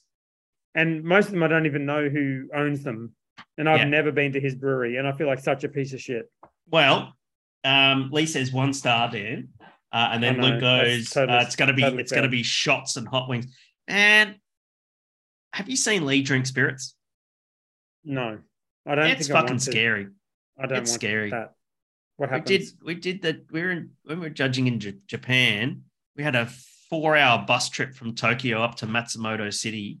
Speaker 1: and most of them I don't even know who owns them, and I've
Speaker 2: Yeah.
Speaker 1: never been to his brewery, and I feel like such a piece of shit.
Speaker 2: Well, um, Lee says one star, Dan, uh, and
Speaker 1: I
Speaker 2: then
Speaker 1: know,
Speaker 2: Luke
Speaker 1: that's
Speaker 2: goes,
Speaker 1: totally-
Speaker 2: uh, "It's gonna be,
Speaker 1: totally
Speaker 2: it's gonna
Speaker 1: fair.
Speaker 2: be shots and hot wings." And have you seen Lee drink spirits?
Speaker 1: No, I don't.
Speaker 2: It's
Speaker 1: think I
Speaker 2: fucking
Speaker 1: want to.
Speaker 2: scary.
Speaker 1: I don't
Speaker 2: It's
Speaker 1: want
Speaker 2: scary.
Speaker 1: that. What
Speaker 2: We
Speaker 1: happens?
Speaker 2: did, we did that. We were in when we were judging in J- Japan. We had a four-hour bus trip from Tokyo up to Matsumoto City,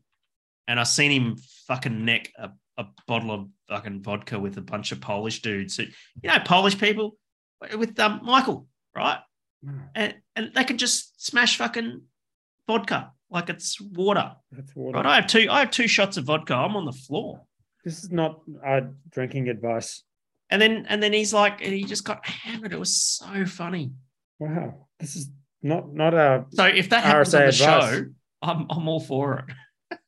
Speaker 2: and I seen him fucking neck a, a bottle of fucking vodka with a bunch of Polish dudes. So, you know, Polish people with um, Michael, right?
Speaker 1: No,
Speaker 2: and, and they can just smash fucking vodka like it's water.
Speaker 1: that's water.
Speaker 2: Right? I have two. I have two shots of vodka. I'm on the floor,
Speaker 1: This is not uh, drinking advice.
Speaker 2: and then and then he's like, and he just got hammered. It was so funny.
Speaker 1: Wow, this is not not a
Speaker 2: So if that happens
Speaker 1: RSA
Speaker 2: on the
Speaker 1: advice.
Speaker 2: show, I'm I'm all for it.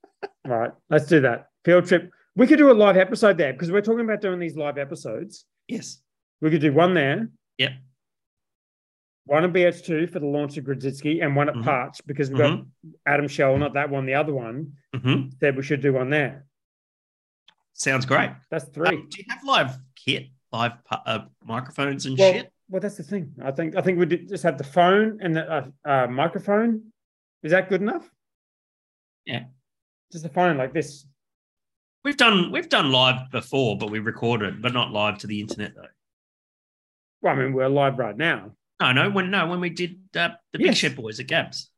Speaker 1: all right. Let's do that field trip. We could do a live episode there because we're talking about doing these live episodes.
Speaker 2: Yes.
Speaker 1: We could do one there.
Speaker 2: Yep.
Speaker 1: One at BH2 for the launch of Gradzitsky and one at
Speaker 2: Mhm.
Speaker 1: Parch because we've got
Speaker 2: Mhm.
Speaker 1: Adam Shell, not that one, the other one,
Speaker 2: Mhm.
Speaker 1: said we should do one there.
Speaker 2: Sounds great.
Speaker 1: That's
Speaker 2: Uh,
Speaker 1: three.
Speaker 2: do you have live kit, live pu- uh, microphones and
Speaker 1: well,
Speaker 2: shit?
Speaker 1: well, that's the thing. I think I think we did just have the phone and the uh, uh, microphone. Is that good enough?
Speaker 2: Yeah.
Speaker 1: Just a phone like this.
Speaker 2: We've done we've done live before, but we recorded, but not live to the internet though.
Speaker 1: Well, I mean, we're live right now.
Speaker 2: No, no, when no, when we did uh, the Big
Speaker 1: Yes.
Speaker 2: Shit Boys at Gabs.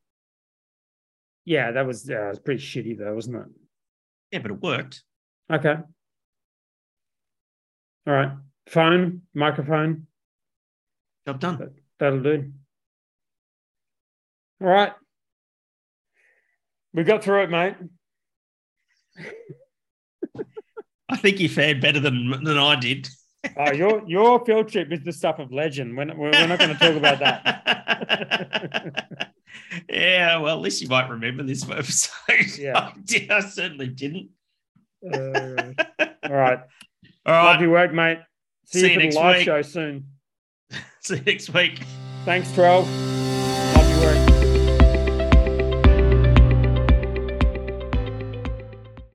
Speaker 1: Yeah, that was, uh, it was pretty shitty though, wasn't it?
Speaker 2: Yeah, but it worked.
Speaker 1: Okay. All right. Phone, microphone,
Speaker 2: Job done.
Speaker 1: that'll do. All right. We got through it, mate.
Speaker 2: I think he fared better than than I did.
Speaker 1: Oh, your your field trip is the stuff of legend. We're not, we're, we're not going to talk about that.
Speaker 2: that. yeah, well, at least you might remember this episode.
Speaker 1: Yeah.
Speaker 2: I, did, I certainly didn't.
Speaker 1: Uh, all right.
Speaker 2: All
Speaker 1: Love
Speaker 2: right,
Speaker 1: your work, mate. See,
Speaker 2: See
Speaker 1: you
Speaker 2: you
Speaker 1: for
Speaker 2: next
Speaker 1: the live
Speaker 2: week.
Speaker 1: show soon.
Speaker 2: see you next week.
Speaker 1: Thanks, 12. Love your work.